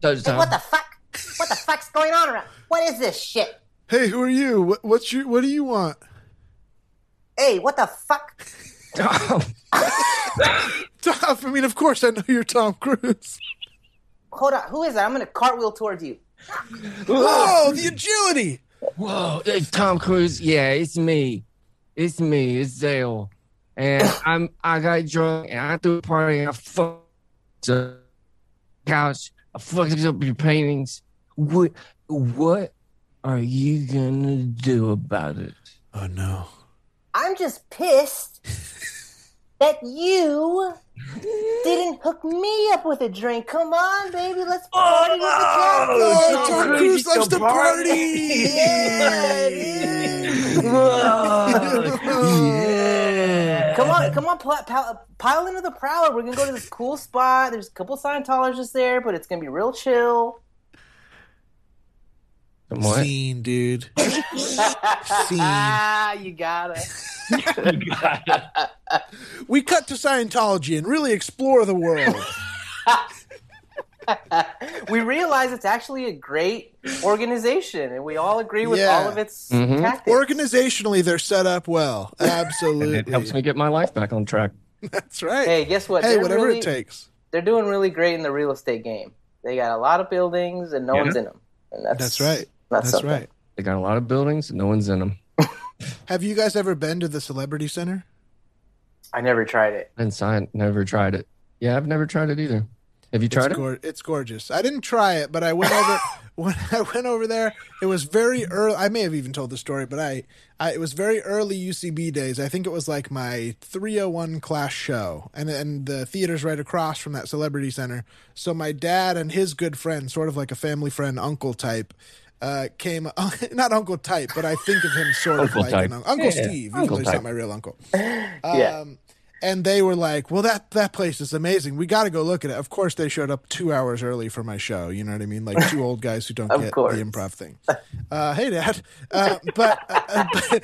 Touchdown. What the fuck? What the fuck's going on around? What is this shit? Hey, who are you? What, what's your? What do you want? Hey, what the fuck? Tom, Oh. I mean, of course, I know you're Tom Cruise. Hold on, who is that? I'm gonna cartwheel towards you. Whoa, the agility! Whoa, it's Tom Cruise. Yeah, it's me. It's me. It's Dale. And I'm I got drunk and I threw a party and I fucked the couch. I fucked up your paintings. What what are you gonna do about it? Oh no! I'm just pissed that you didn't hook me up with a drink. Come on, baby, let's party with the cat. Oh, Tom Tom Cruise Cruise is the likes to party. Yeah, party. yeah. Come on, come on, pl- pile, pile into the Prowler. We're gonna go to this cool spot. There's a couple Scientologists there, but it's gonna be real chill. What? Scene, dude. Scene. ah, you gotta. We cut to Scientology and really explore the world. we realize it's actually a great organization, and we all agree with Yeah. all of its Mhm. tactics. Organizationally, they're set up well. And it helps Absolutely. me get my life back on track. That's right. hey, guess what? Hey, They're whatever really- it takes. They're doing really great in the real estate game. They got a lot of buildings, and no one's in them. And that's That's right. That's, That's something. right. They got a lot of buildings, no one's in them. Have you guys ever been to the Celebrity Center? I never tried it. And science never tried it. Yeah, I've never tried it either. Have you tried it's, it? gor- it's gorgeous. I didn't try it, but I went over when I went over there. It was very early. I may have even told the story, but I, I it was very early UCB days. I think it was like my 301 class show, and and the theater's right across from that Celebrity Center. So my dad and his good friend, sort of like a family friend, uncle type. Uh, came not uncle type, but I think of him sort of Uncle like type. an un- uncle Yeah, Steve, even uncle though he's not type. my real uncle. Yeah. Um, and they were like, "Well, that that place is amazing. We got to go look at it." Of course, they showed up two hours early for my show. You know what I mean? Like two old guys who don't Of get course. the improv thing. Uh, hey, Dad. Uh, but uh, but,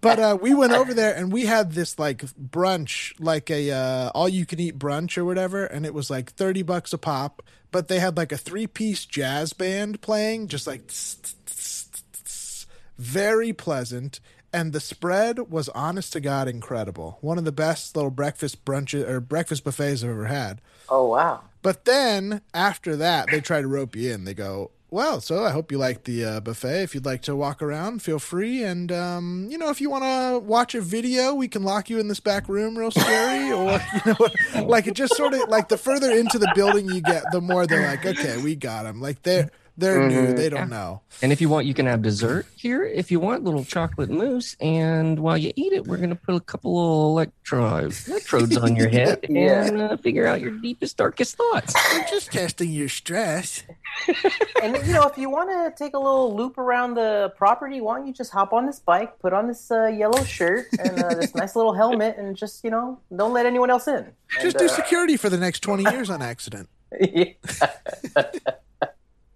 but uh, we went over there and we had this like brunch, like a uh, all you can eat brunch or whatever, and it was like thirty bucks a pop. But they had like a three piece jazz band playing, just like tss, tss, tss, tss, tss. very pleasant. And the spread was honest to God incredible. One of the best little breakfast brunches or breakfast buffets I've ever had. Oh wow. But then after that, they try to rope you in. They go, "Well, so I hope you like the uh, buffet. If you'd like to walk around, feel free. And um, you know, if you want to watch a video, we can lock you in this back room, real scary. Or you know, like it just sort of like the further into the building you get, the more they're like, okay, we got them. Like they're they're new. Mm-hmm. They don't know. And if you want, you can have dessert here. If you want, little chocolate mousse. And while you eat it, we're going to put a couple of electro- electrodes on your head Yeah. and uh, figure out your deepest, darkest thoughts. They're just testing your stress. and you know, if you want to take a little loop around the property, why don't you just hop on this bike, put on this uh, yellow shirt and uh, this nice little helmet, and just you know, don't let anyone else in. Just do security for the next twenty years on accident.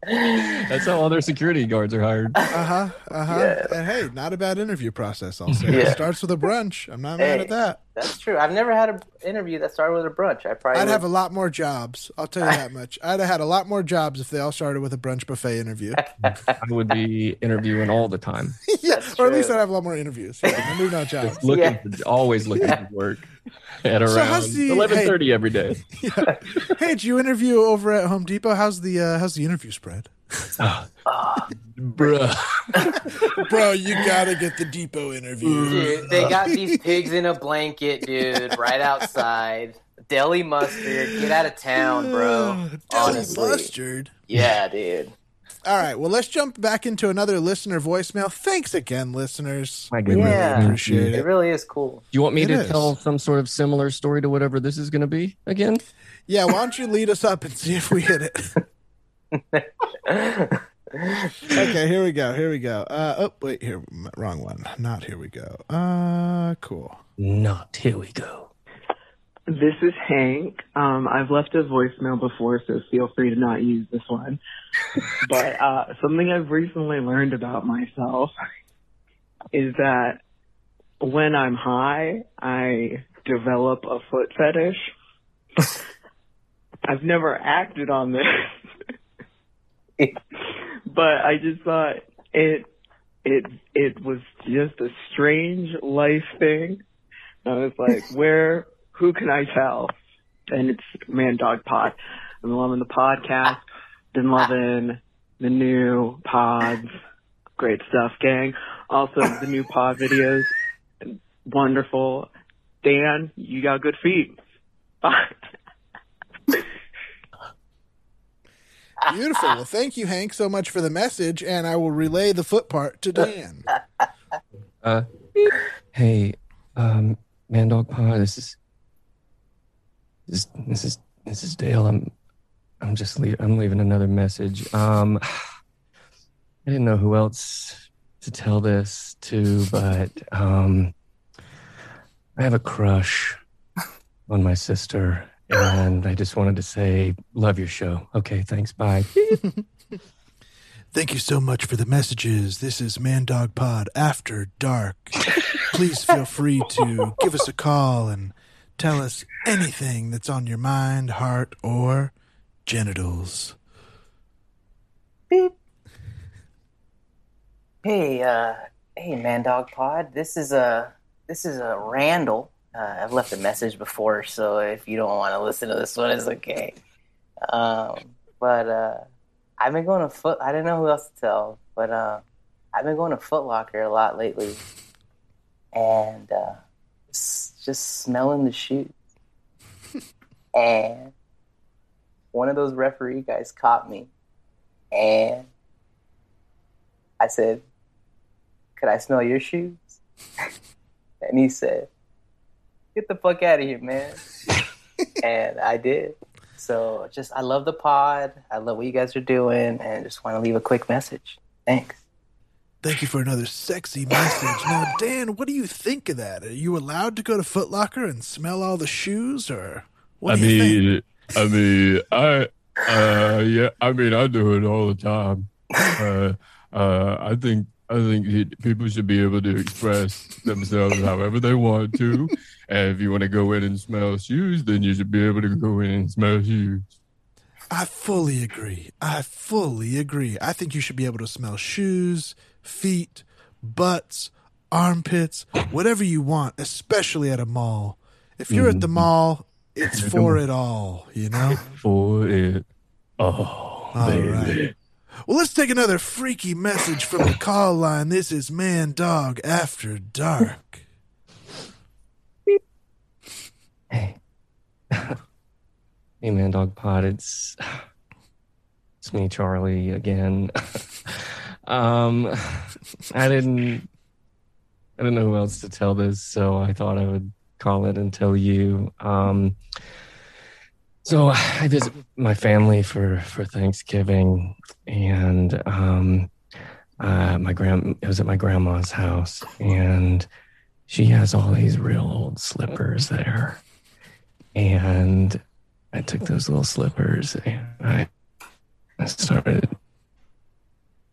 That's how all their security guards are hired. Uh huh. Uh huh. And hey, not a bad interview process. Also, Yeah. it starts with a brunch. I'm not mad Hey. at that. That's true. I've never had an interview that started with a brunch. I probably I'd would- have a lot more jobs. I'll tell you that much. I'd have had a lot more jobs if they all started with a brunch buffet interview. I would be interviewing all the time. yeah, That's or at least true. I'd have a lot more interviews. Yeah, maybe not jobs. Just looking, Yeah. for- always looking for work at So around how's the- hey- eleven thirty every day. Yeah. Hey, did you interview over at Home Depot? How's the uh, how's the interview spread? Bruh. Bro, you gotta get the Depot interview. Mm. Dude, they got these pigs in a blanket, dude, right outside. Deli mustard, get out of town, bro. Honestly. mustard. Yeah, dude. All right, well, let's jump back into another listener voicemail. Thanks again, listeners. My We goodness. really Yeah. appreciate It it. really is cool. Do you want me It to is. tell some sort of similar story to whatever this is going to be again? Yeah, why don't you lead us up and see if we hit it? okay, here we go. Here we go. Uh, oh, wait, here, m- wrong one. Not here we go. Uh, cool. Not. Here we go. This is Hank. Um, I've left a voicemail before, so feel free to not use this one. but uh, something I've recently learned about myself is that when I'm high, I develop a foot fetish. I've never acted on this, but I just thought it it it was just a strange life thing. I was like, where, who can I tell? And it's Man Dog Pod. I'm loving the podcast. Been loving the new pods. Great stuff, gang. Also, the new pod videos. Wonderful. Dan, you got good feet. Bye. Beautiful. Well, thank you, Hank, so much for the message, and I will relay the foot part to Dan. Uh, Hey, um, man, dog pod. This is this this is this is Dale. I'm I'm just leave, I'm leaving another message. Um, I didn't know who else to tell this to, but um, I have a crush on my sister, and I just wanted to say, love your show. Okay, thanks. Bye. Thank you so much for the messages. This is Man Dog Pod After Dark. Please feel free to give us a call and tell us anything that's on your mind, heart, or genitals. Hey, uh, hey, man, dog pod. This is a this is a Randall. Uh, I've left a message before, so if you don't want to listen to this one, it's okay. Um, but uh, I've been going to Foot. I didn't know who else to tell, but uh, I've been going to Foot Locker a lot lately, and uh, s- just smelling the shoes. and one of those referee guys caught me, and I said, Could I smell your shoes? and he said, Get the fuck out of here, man. and I did. So just, I love the pod. I love what you guys are doing and just want to leave a quick message. Thanks. Thank you for another sexy message. Now, Dan, what do you think of that? Are you allowed to go to Foot Locker and smell all the shoes, or what I do you think? mean, I mean, I, uh, yeah, I mean, I do it all the time. Uh, uh, I think, I think he- people should be able to express themselves however they want to. And if you want to go in and smell shoes, then you should be able to go in and smell shoes. I fully agree. I fully agree. I think you should be able to smell shoes, feet, butts, armpits, whatever you want, especially at a mall. If you're Mm-hmm. at the mall, it's for it all, Oh, you know? For it. Oh, All baby. right. Well, let's take another freaky message from the call line. This is Man Dog After Dark. Hey. hey man, dog pod, it's it's me, Charlie, again. um I didn't I didn't know who else to tell this, so I thought I would call it and tell you. Um so I visit my family for for Thanksgiving and um uh my grand it was at my grandma's house and she has all these real old slippers there. And I took those little slippers and I, I started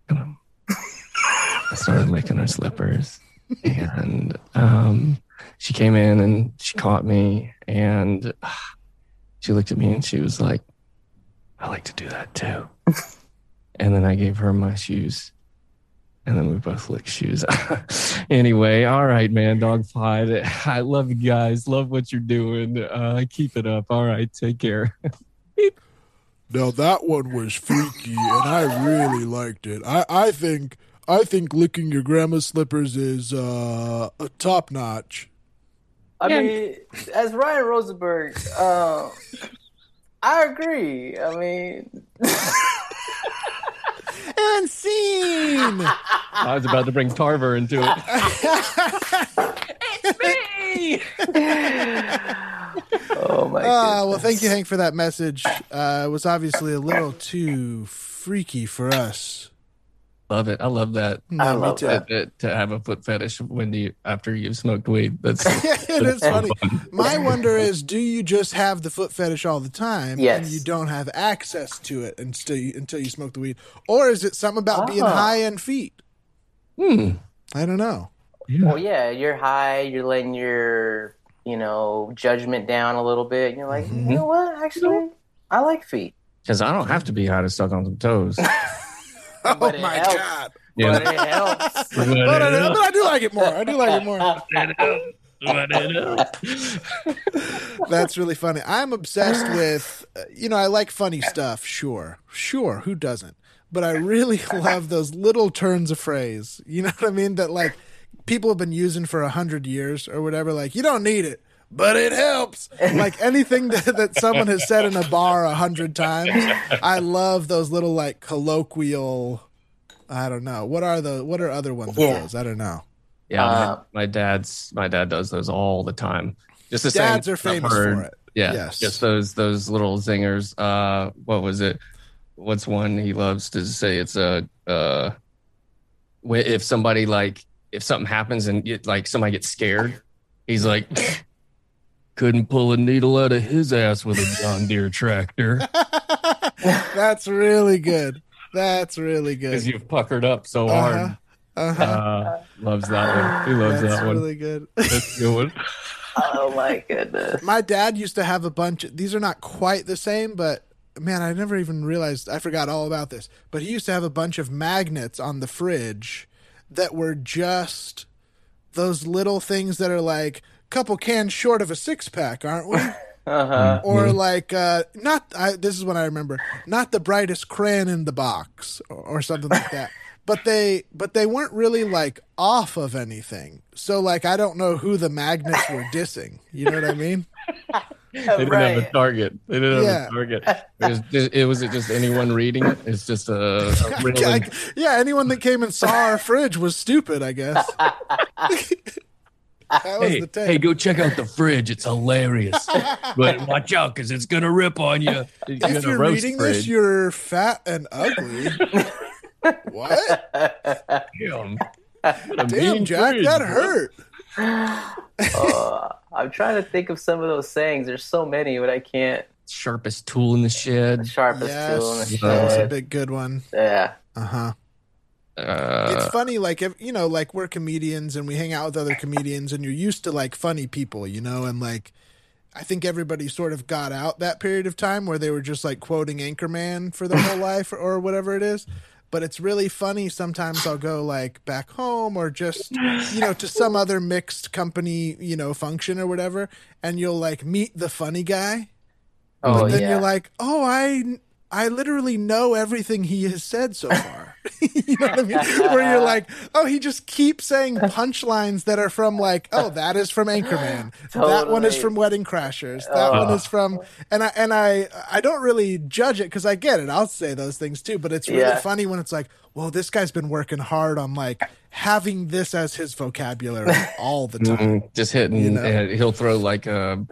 I started licking her slippers. And um, she came in and she caught me and ah, she looked at me and she was like, I like to do that too. and then I gave her my shoes. And then we both licked shoes. anyway, all right, man, dog pod. I love you guys. Love what you're doing. Uh, keep it up. All right, take care. Now that one was freaky, and I really liked it. I, I think I think licking your grandma's slippers is uh, top notch. I Yeah. mean, as Ryan Rosenberg, uh, I agree. I mean, And scene. I was about to bring Tarver into it. oh my Ah, god. well, thank you, Hank, for that message. Uh, it was obviously a little too freaky for us. Love it. I love that. I me love too. that. to, to have a foot fetish when you after you've smoked weed. That's it is funny. My wonder is, do you just have the foot fetish all the time, and Yes. you don't have access to it until you, until you smoke the weed, or is it something about being Ah. high end feet? Hmm. I don't know. Well, yeah, you're high. You're letting your you know judgment down a little bit. And you're like, Mm-hmm. you know what? Actually, I like feet. Because I don't have to be high to suck on some toes. But oh it my helps. god! Yeah. But it helps. But But I, it do- helps. but I do like it more. I do like it more. But it helps. That's really funny. I'm obsessed with, uh, you know, I like funny stuff. Sure, sure. Who doesn't? But I really love those little turns of phrase. You know what I mean? That like people have been using for a hundred years or whatever. Like you don't need it, but it helps. Like anything that, that someone has said in a bar a hundred times. I love those little like colloquial. I don't know. What are the what are other ones of Yeah. those? I don't know. Yeah, Uh, my, my dad's my dad does those all the time. Just the same Dads are famous for it. Yeah, Yes. just those those little zingers. Uh, what was it? What's one he loves to say? It's a uh, wh- if somebody like if something happens and you, like somebody gets scared, he's like, couldn't pull a needle out of his ass with a John Deere tractor That's really good. That's really because good. you've puckered up so Uh-huh. hard. Uh-huh. Uh, loves that one. He loves That's that one. really good. That's a good one. Oh my goodness. My dad used to have a bunch. these are not quite the same, but man, I never even realized. I forgot all about this. But he used to have a bunch of magnets on the fridge that were just those little things that are like couple cans short of a six pack, aren't we? Uh Um, huh. or like uh not I, this is what i remember not the brightest crayon in the box or, or something like that but they but they weren't really like off of anything so like i don't know who the magnets were dissing you know what i mean They didn't have Right. a target. They didn't Oh, Yeah. have a target. It was, just, it was just anyone reading. it? It's just a, a real yeah, I- yeah anyone that came and saw our fridge was stupid i guess that was hey, the take hey, go check out the fridge. It's hilarious. but watch out because it's gonna rip on you. It's if gonna you're roast reading fridge. this you're fat and ugly what Damn. What a damn mean jack fridge. that hurt Uh, I'm trying to think of some of those sayings. There's so many, but I can't. Sharpest tool in the shed. Sharpest tool in the yes that was a shed. big good one Yeah. uh-huh it's Uh, funny like if you know like we're comedians and we hang out with other comedians and you're used to like funny people you know and like i think everybody sort of got out that period of time where they were just like quoting anchorman for their whole life or, or whatever it is but it's really funny sometimes i'll go like back home or just you know to some other mixed company you know function or whatever and you'll like meet the funny guy Oh then yeah. you're like, oh, I, I literally know everything he has said so far. you know what I mean? Where you're like, oh, he just keeps saying punchlines that are from like, oh, that is from Anchorman. That one is Totally. from Wedding Crashers. That Oh. one is from, and I and I I don't really judge it because I get it. I'll say those things too, but it's really Yeah. funny when it's like, well, this guy's been working hard on like having this as his vocabulary all the time. mm, just hitting. You know? and he'll throw like a.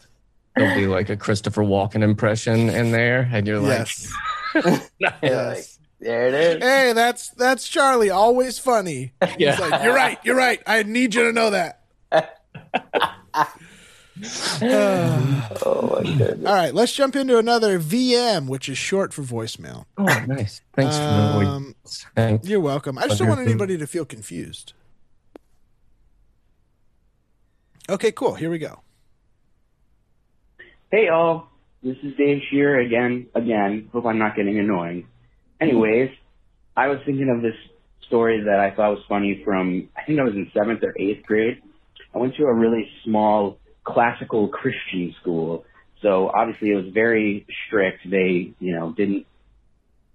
It'll be like a Christopher Walken impression in there, and you're like, Yes. You're yes. like, there it is. hey, that's that's Charlie, always funny. Yeah. He's like, you're right, you're right. I need you to know that. Uh, Oh my goodness. all right, let's jump into another VM, which is short for voicemail. "Oh, nice, thanks for the Um, voice." Thanks. you're welcome. I just don't want anybody to feel confused. Okay, cool. Here we go. Hey all, this is Dave Shearer again, again. Hope I'm not getting annoying. Anyways, I was thinking of this story that I thought was funny from, I think I was in seventh or eighth grade. I went to a really small classical Christian school. So obviously it was very strict. They, you know, didn't,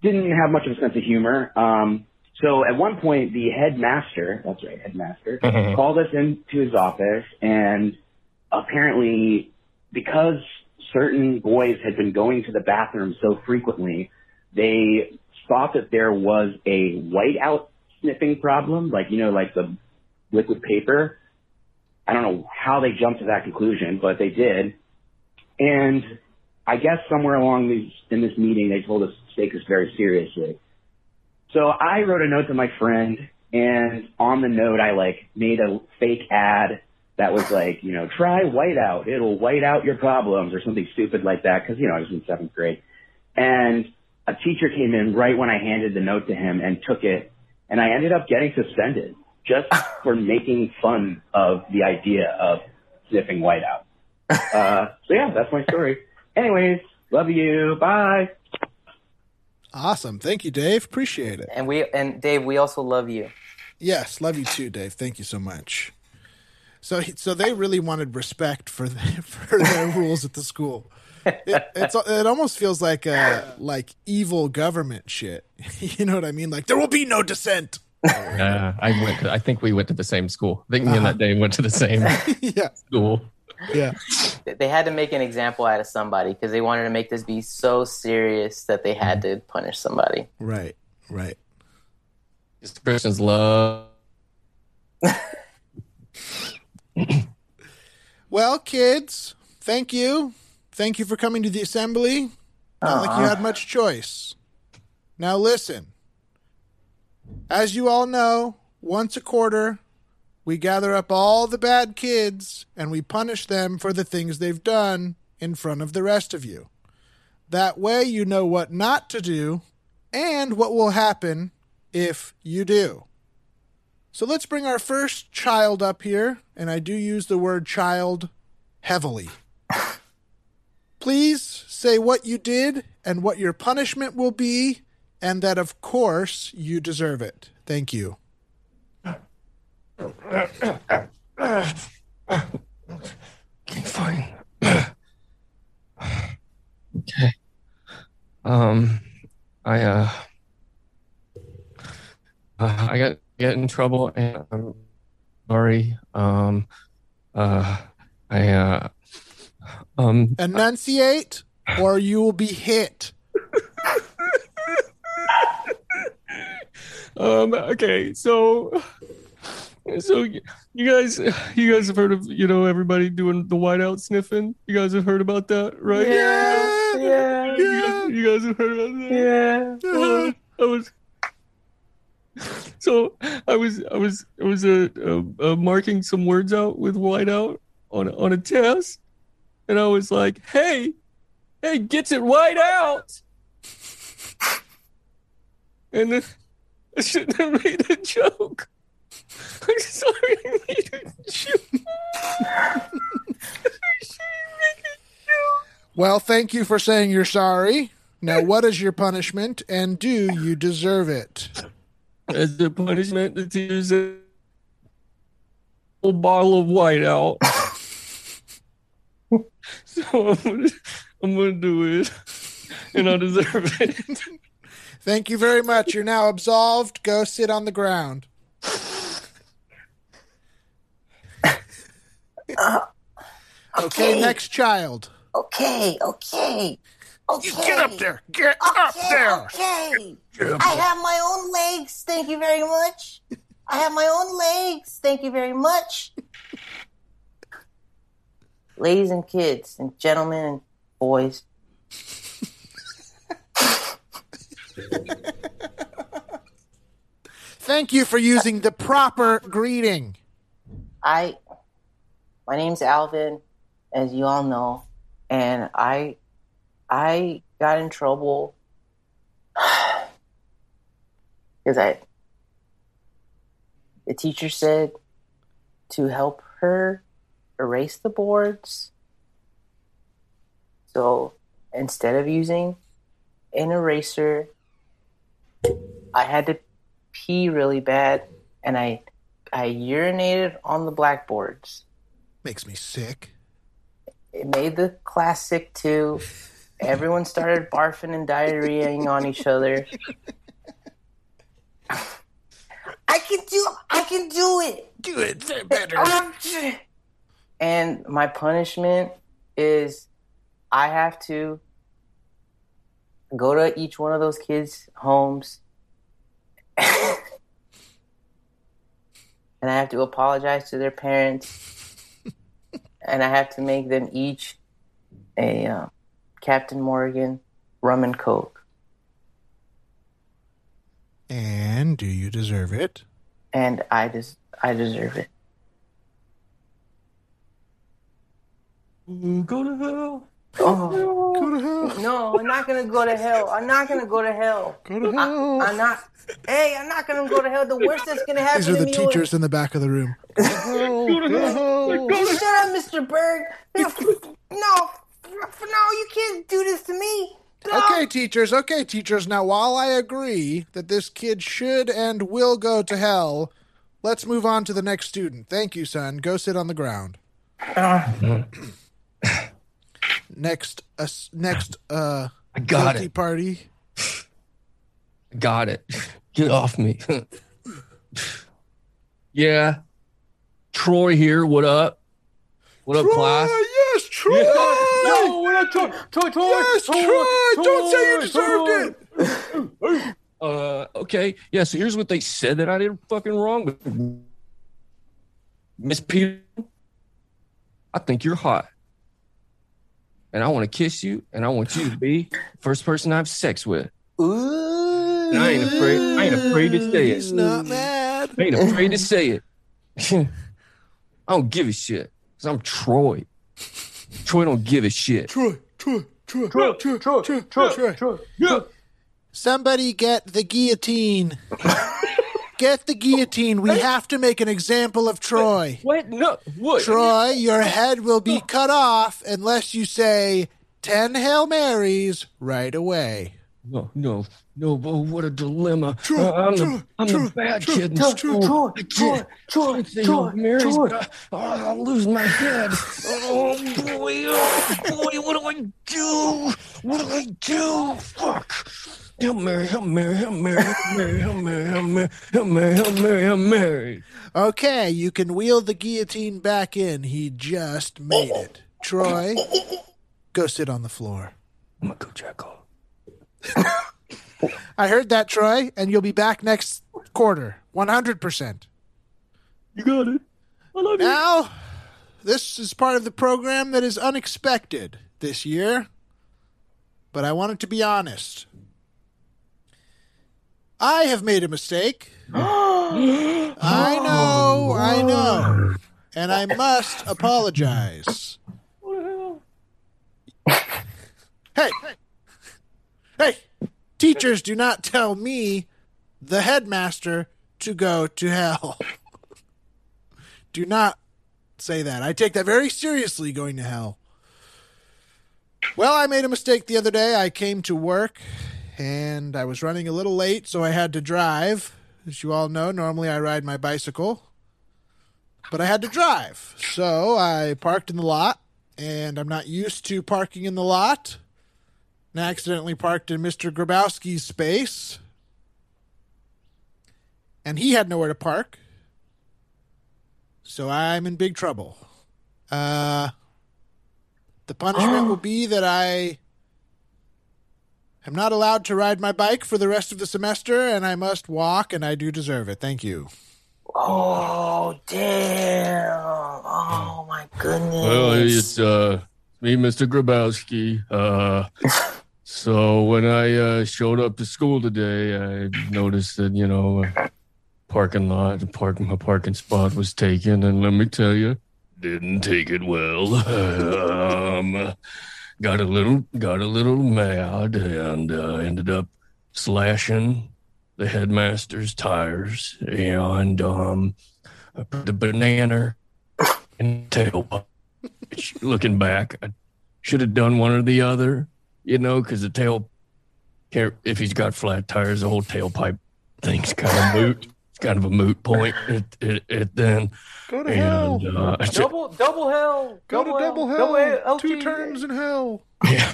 didn't have much of a sense of humor. Um, so at one point the headmaster, that's right, headmaster, called us into his office and apparently because certain boys had been going to the bathroom so frequently, they thought that there was a whiteout sniffing problem, like, you know, like the liquid paper. I don't know how they jumped to that conclusion, but they did. And I guess somewhere along these, in this meeting, they told us to take this very seriously. So I wrote a note to my friend, and on the note, I like made a fake ad that was like, you know, try whiteout. It'll white out your problems or something stupid like that. Cause you know, I was in seventh grade and a teacher came in right when I handed the note to him and took it. And I ended up getting suspended just for making fun of the idea of sniffing whiteout. Uh, so yeah, that's my story. Anyways, love you. Bye. Awesome. Thank you, Dave. Appreciate it. And we and Dave, we also love you. Yes, love you too, Dave. Thank you so much. So, he- so they really wanted respect for the, for their rules at the school. It, it's it almost feels like a like evil government shit. You know what I mean? Like there will be no dissent. Uh, I went. To, I think we went to the same school. I think me and that Dave went to the same Uh-huh. yeah, school. yeah. They- They had to make an example out of somebody because they wanted to make this be so serious that they had to punish somebody. Right, right. Just Christians love. Well, kids, thank you. Thank you for coming to the assembly. Not like you had much choice. Now, listen. As you all know, once a quarter, we gather up all the bad kids and we punish them for the things they've done in front of the rest of you. That way, you know what not to do and what will happen if you do. So let's bring our first child up here, and I do use the word child heavily. Please say what you did and what your punishment will be, and that, of course, you deserve it. Thank you. Fine. okay. Um, I uh, uh, I got get in trouble, and I'm sorry. Um, uh, I uh, um, Enunciate, or you will be hit. um. Okay, so. So y- you guys, you guys have heard of you know everybody doing the whiteout sniffing. You guys have heard about that, right? Yeah. You guys, you guys have heard about that. Yeah. Uh, I was so I was I was I was uh, uh, uh, marking some words out with whiteout on on a test, and I was like, "Hey, hey, gets it white out," and then I shouldn't have made a joke. I'm sorry, I made a joke. Well, thank you for saying you're sorry. Now, what is your punishment, and do you deserve it? As the punishment, the teacher said, "Whole bottle of white out." so I'm gonna, I'm gonna do it, and I deserve it. Thank you very much. You're now absolved. Go sit on the ground. Okay, next child. Okay, okay. Okay. get up there. Get up there. Okay. I have my own legs. Thank you very much. I have my own legs. Thank you very much. Ladies and kids and gentlemen and boys. Thank you for using the proper greeting. I my name's Alvin, as you all know, and I I got in trouble because I the teacher said to help her erase the boards. So instead of using an eraser, I had to pee really bad, and I I urinated on the blackboards. Makes me sick. It made the class sick too. Everyone started barfing and diarrheaing on each other. I can do. I can do it. Do it they're better. And my punishment is I have to go to each one of those kids' homes and I have to apologize to their parents and I have to make them each a uh, Captain Morgan rum and coke. And do you deserve it? And I just, I deserve it. Mm, Go to hell. Oh. Go to hell. No, I'm not gonna go to hell. I'm not gonna go to hell. Go to hell. I'm not. Hey, I'm not gonna go to hell. The worst that's gonna happen These are to the me. teachers in the back of the room. Go to hell. Go to hell. Was, Shut up, Mr. Berg. No, no, you can't do this to me. Okay, teachers. Okay, teachers. Now, while I agree that this kid should and will go to hell, let's move on to the next student. Thank you, son. Go sit on the ground. next, uh, next, uh, I got guilty it. party. Got it. Get off me. yeah. Troy here. What up? What up, class? Troy, yes, Troy. No, what up, Troy? Troy, Troy. yes, Troy. Don't say you deserved it. Uh, okay. Yeah. So here's what they said that I did fucking wrong. with. Miss Peter, I think you're hot. And I want to kiss you, and I want you to be the first person I have sex with. Ooh. And I ain't afraid. I ain't afraid to say He's it. not mad. I ain't afraid to say it. I don't give a shit. Cause I'm Troy. Troy don't give a shit. Troy, Troy, Troy, Troy, Troy, Troy, Troy, Somebody get the guillotine. get the guillotine. We have to make an example of Troy. What? No. What? Troy, your head will be cut off unless you say 10 Hail Marys right away. No, no, no. But what a dilemma. Troy, Uh, I'm, Troy, the, I'm Troy, the bad Troy, kid. in Troy, school. Troy, I Troy, can't- I can't say Hail Marys, but I- oh, I'll lose my head. Oh boy, oh boy, what do I do? What do I do? Fuck. Hail Mary, Hail Mary, Hail Mary, Hail Mary, Hail Mary, Hail Mary, Hail Mary, Hail Mary, Hail Mary. Okay, you can wheel the guillotine back in. He just made it. Troy, go sit on the floor. I'm gonna go jack off. I heard that, Troy, and you'll be back next quarter. 100%. You got it. I love you. Now, this is part of the program that is unexpected this year, but I wanted to be honest. I have made a mistake. I Oh, know, I know. And I must apologize. Hey, hey, teachers do not tell me, the headmaster, to go to hell. Do not say that. I take that very seriously going to hell. Well, I made a mistake the other day. I came to work and I was running a little late, so I had to drive. As you all know, normally I ride my bicycle, but I had to drive. So I parked in the lot and I'm not used to parking in the lot. And I accidentally parked in Mr. Grabowski's space. And he had nowhere to park so I'm in big trouble. Uh, the punishment will be that I am not allowed to ride my bike for the rest of the semester, and I must walk, and I do deserve it. Thank you. Oh damn! Oh my goodness! Well, it's uh, me, Mr. Grabowski. Uh, so when I uh, showed up to school today, I noticed that you know, uh, parking lot, park my parking spot was taken, and let me tell you, didn't take it well. um, got a little, got a little mad, and uh, ended up slashing the headmaster's tires, and um, I put the banana in the tailpipe. sh- looking back, I should have done one or the other, you know, because the tail, care- if he's got flat tires, the whole tailpipe thing's kind of moot. It's kind of a moot point at, at, at then. Go to hell. And uh, I said, Double, double hell. Go to double hell. Two LG. turns in hell. yeah.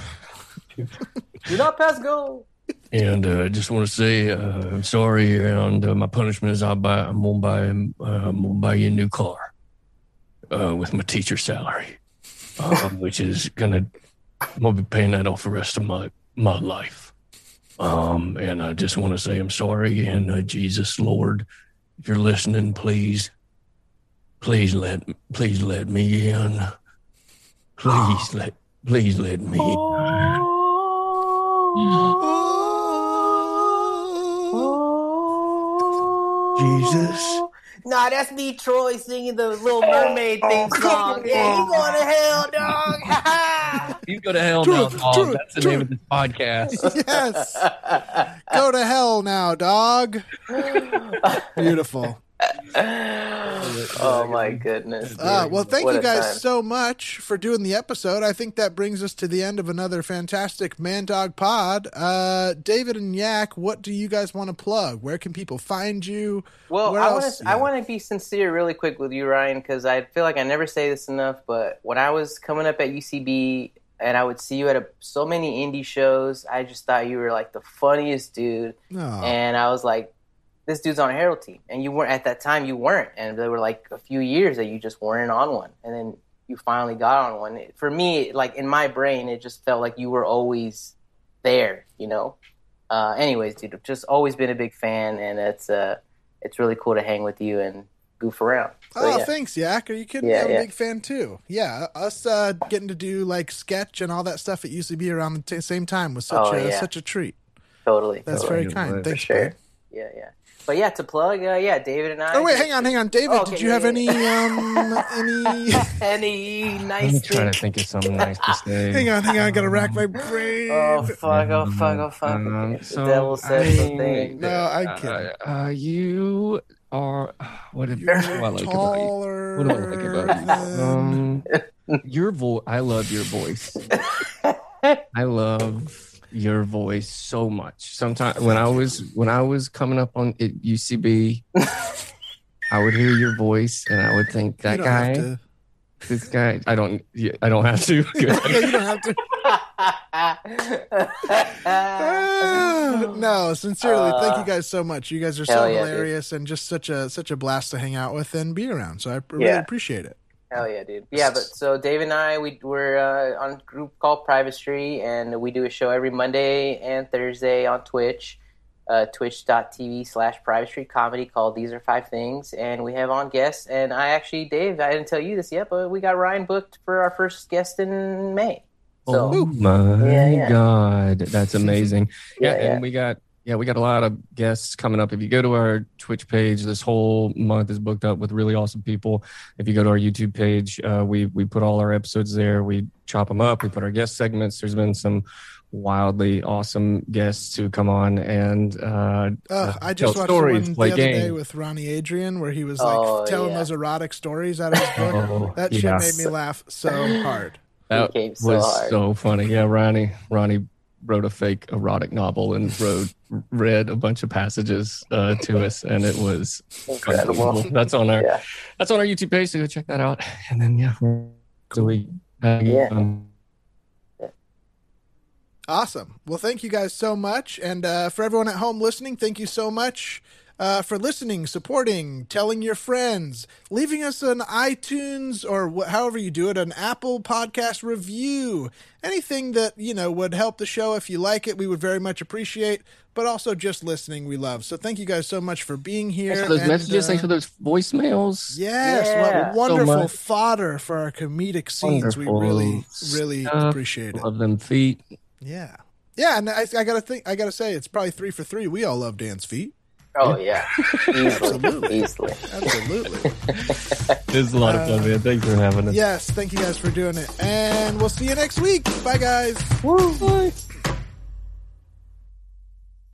Do not pass go. And uh, I just want to say uh, I'm sorry, and uh, my punishment is I'll buy. I'm gonna buy. Uh, I'm gonna buy you a new car uh, with my teacher salary, um, which is gonna. I'm gonna be paying that off the rest of my my life. Um, and I just want to say I'm sorry, and uh, Jesus Lord, if you're listening, please, please let please let me in. Please let please let me. in. Jesus. Nah, that's me, Troy, singing the Little Mermaid Oh, theme song. Yeah, you going to hell, dog. Ha ha. You go to hell now, Truth, Paul. truth, That's the truth. name of this podcast. Yes. Go to hell now, dog. Beautiful. oh my goodness. Uh, dude. well, thank What you a guys time. so much for doing the episode. I think that brings us to the end of another fantastic Man Dog Pod. Uh, David and Yak, what do you guys want to plug? Where can people find you? Well, Where I want else? to I want to be sincere really quick with you, Ryan, because I feel like I never say this enough. But when I was coming up at UCB and I would see you at a, so many indie shows, I just thought you were like the funniest dude, No. and I was like, this dude's on a Herald team, and you weren't at that time. You weren't, and there were like a few years that you just weren't on one, and then you finally got on one. It- For me, like in my brain, it just felt like you were always there, you know. Uh, anyways, dude, I've just always been a big fan, and it's uh, it's really cool to hang with you and goof around. So, oh, yeah. thanks, Yak. Are you kidding? Yeah, I'm yeah. a big fan too. Yeah, us uh, getting to do like sketch and all that stuff at UCB around the t- same time was such Oh, a yeah. such a treat. totally. That's Oh, totally. very kind. Thanks, sure. bud. Yeah, yeah. But yeah, to plug, uh, yeah, David and I. Oh wait, hang on, hang on, David. Oh, okay, did you yeah, have yeah, any um any? Any nice I'm thing. trying to think of something nice to say. hang on, hang on. I Mm-hmm. gotta rack my brain. Oh fuck! Oh fuck! Oh fuck! Um, Okay, so the devil said I- something. no, I can't. Uh, uh, you are. What, have, what do I like about you? Taller. What do I like about you? than- Um, your voice. I love your voice. I love your voice so much. Sometimes when I was when I was coming up on at UCB, I would hear your voice and I would think You that don't guy, have to- this guy. I don't. I don't have to. Yeah, you don't have to. Ah, no, sincerely, thank you guys so much. You guys are so Uh, hell yeah, dude. hilarious and just such a such a blast to hang out with and be around. So I really Yeah. appreciate it. Hell yeah, dude. Yeah, but so Dave and I, we, we're uh, on a group called Privacy, and we do a show every Monday and Thursday on Twitch, uh, twitch.tv slash Privacy Comedy called These Are Five Things. And we have on guests. And I actually, Dave, I didn't tell you this yet, but we got Ryan booked for our first guest in May. So, Oh my Yeah, yeah. god, that's amazing! yeah, Yeah, yeah. and we got yeah, we got a lot of guests coming up. If you go to our Twitch page, this whole month is booked up with really awesome people. If you go to our YouTube page, uh, we we put all our episodes there. We chop them up. We put our guest segments. There's been some wildly awesome guests who come on, and uh, Uh, Uh, I tell just watched stories, one the play other day games. with Ronnie Adrian where he was like Oh, telling yeah. those erotic stories out of his book. oh, that yeah. shit made me laugh so hard. That He came so was hard. so funny. Yeah, Ronnie, Ronnie wrote a fake erotic novel and wrote read a bunch of passages uh, to us, and it was Incredible. That's on our Yeah. that's on our YouTube page. So go check that out. And then yeah, so we uh, Yeah. um, Awesome. Well, thank you guys so much. And uh, for everyone at home listening, thank you so much uh, for listening, supporting, telling your friends, leaving us an iTunes or wh- however you do it, an Apple podcast review. Anything that, you know, would help the show if you like it, we would very much appreciate. But also just listening, we love. So thank you guys so much for being here. thanks for those and, messages. uh, thanks for those voicemails. Yes, Yeah. what wonderful much. fodder for our comedic scenes. Wonderful We really, really stuff. appreciate it. Love them feet. Yeah. Yeah, and I, I gotta think. I gotta say, it's probably three for three. We all love Dan's feet. oh, yeah. Easily. Absolutely. Easily. Absolutely. It was a lot of fun, man. Thanks for having us. yes. Thank you guys for doing it, and we'll see you next week. Bye, guys. Bye.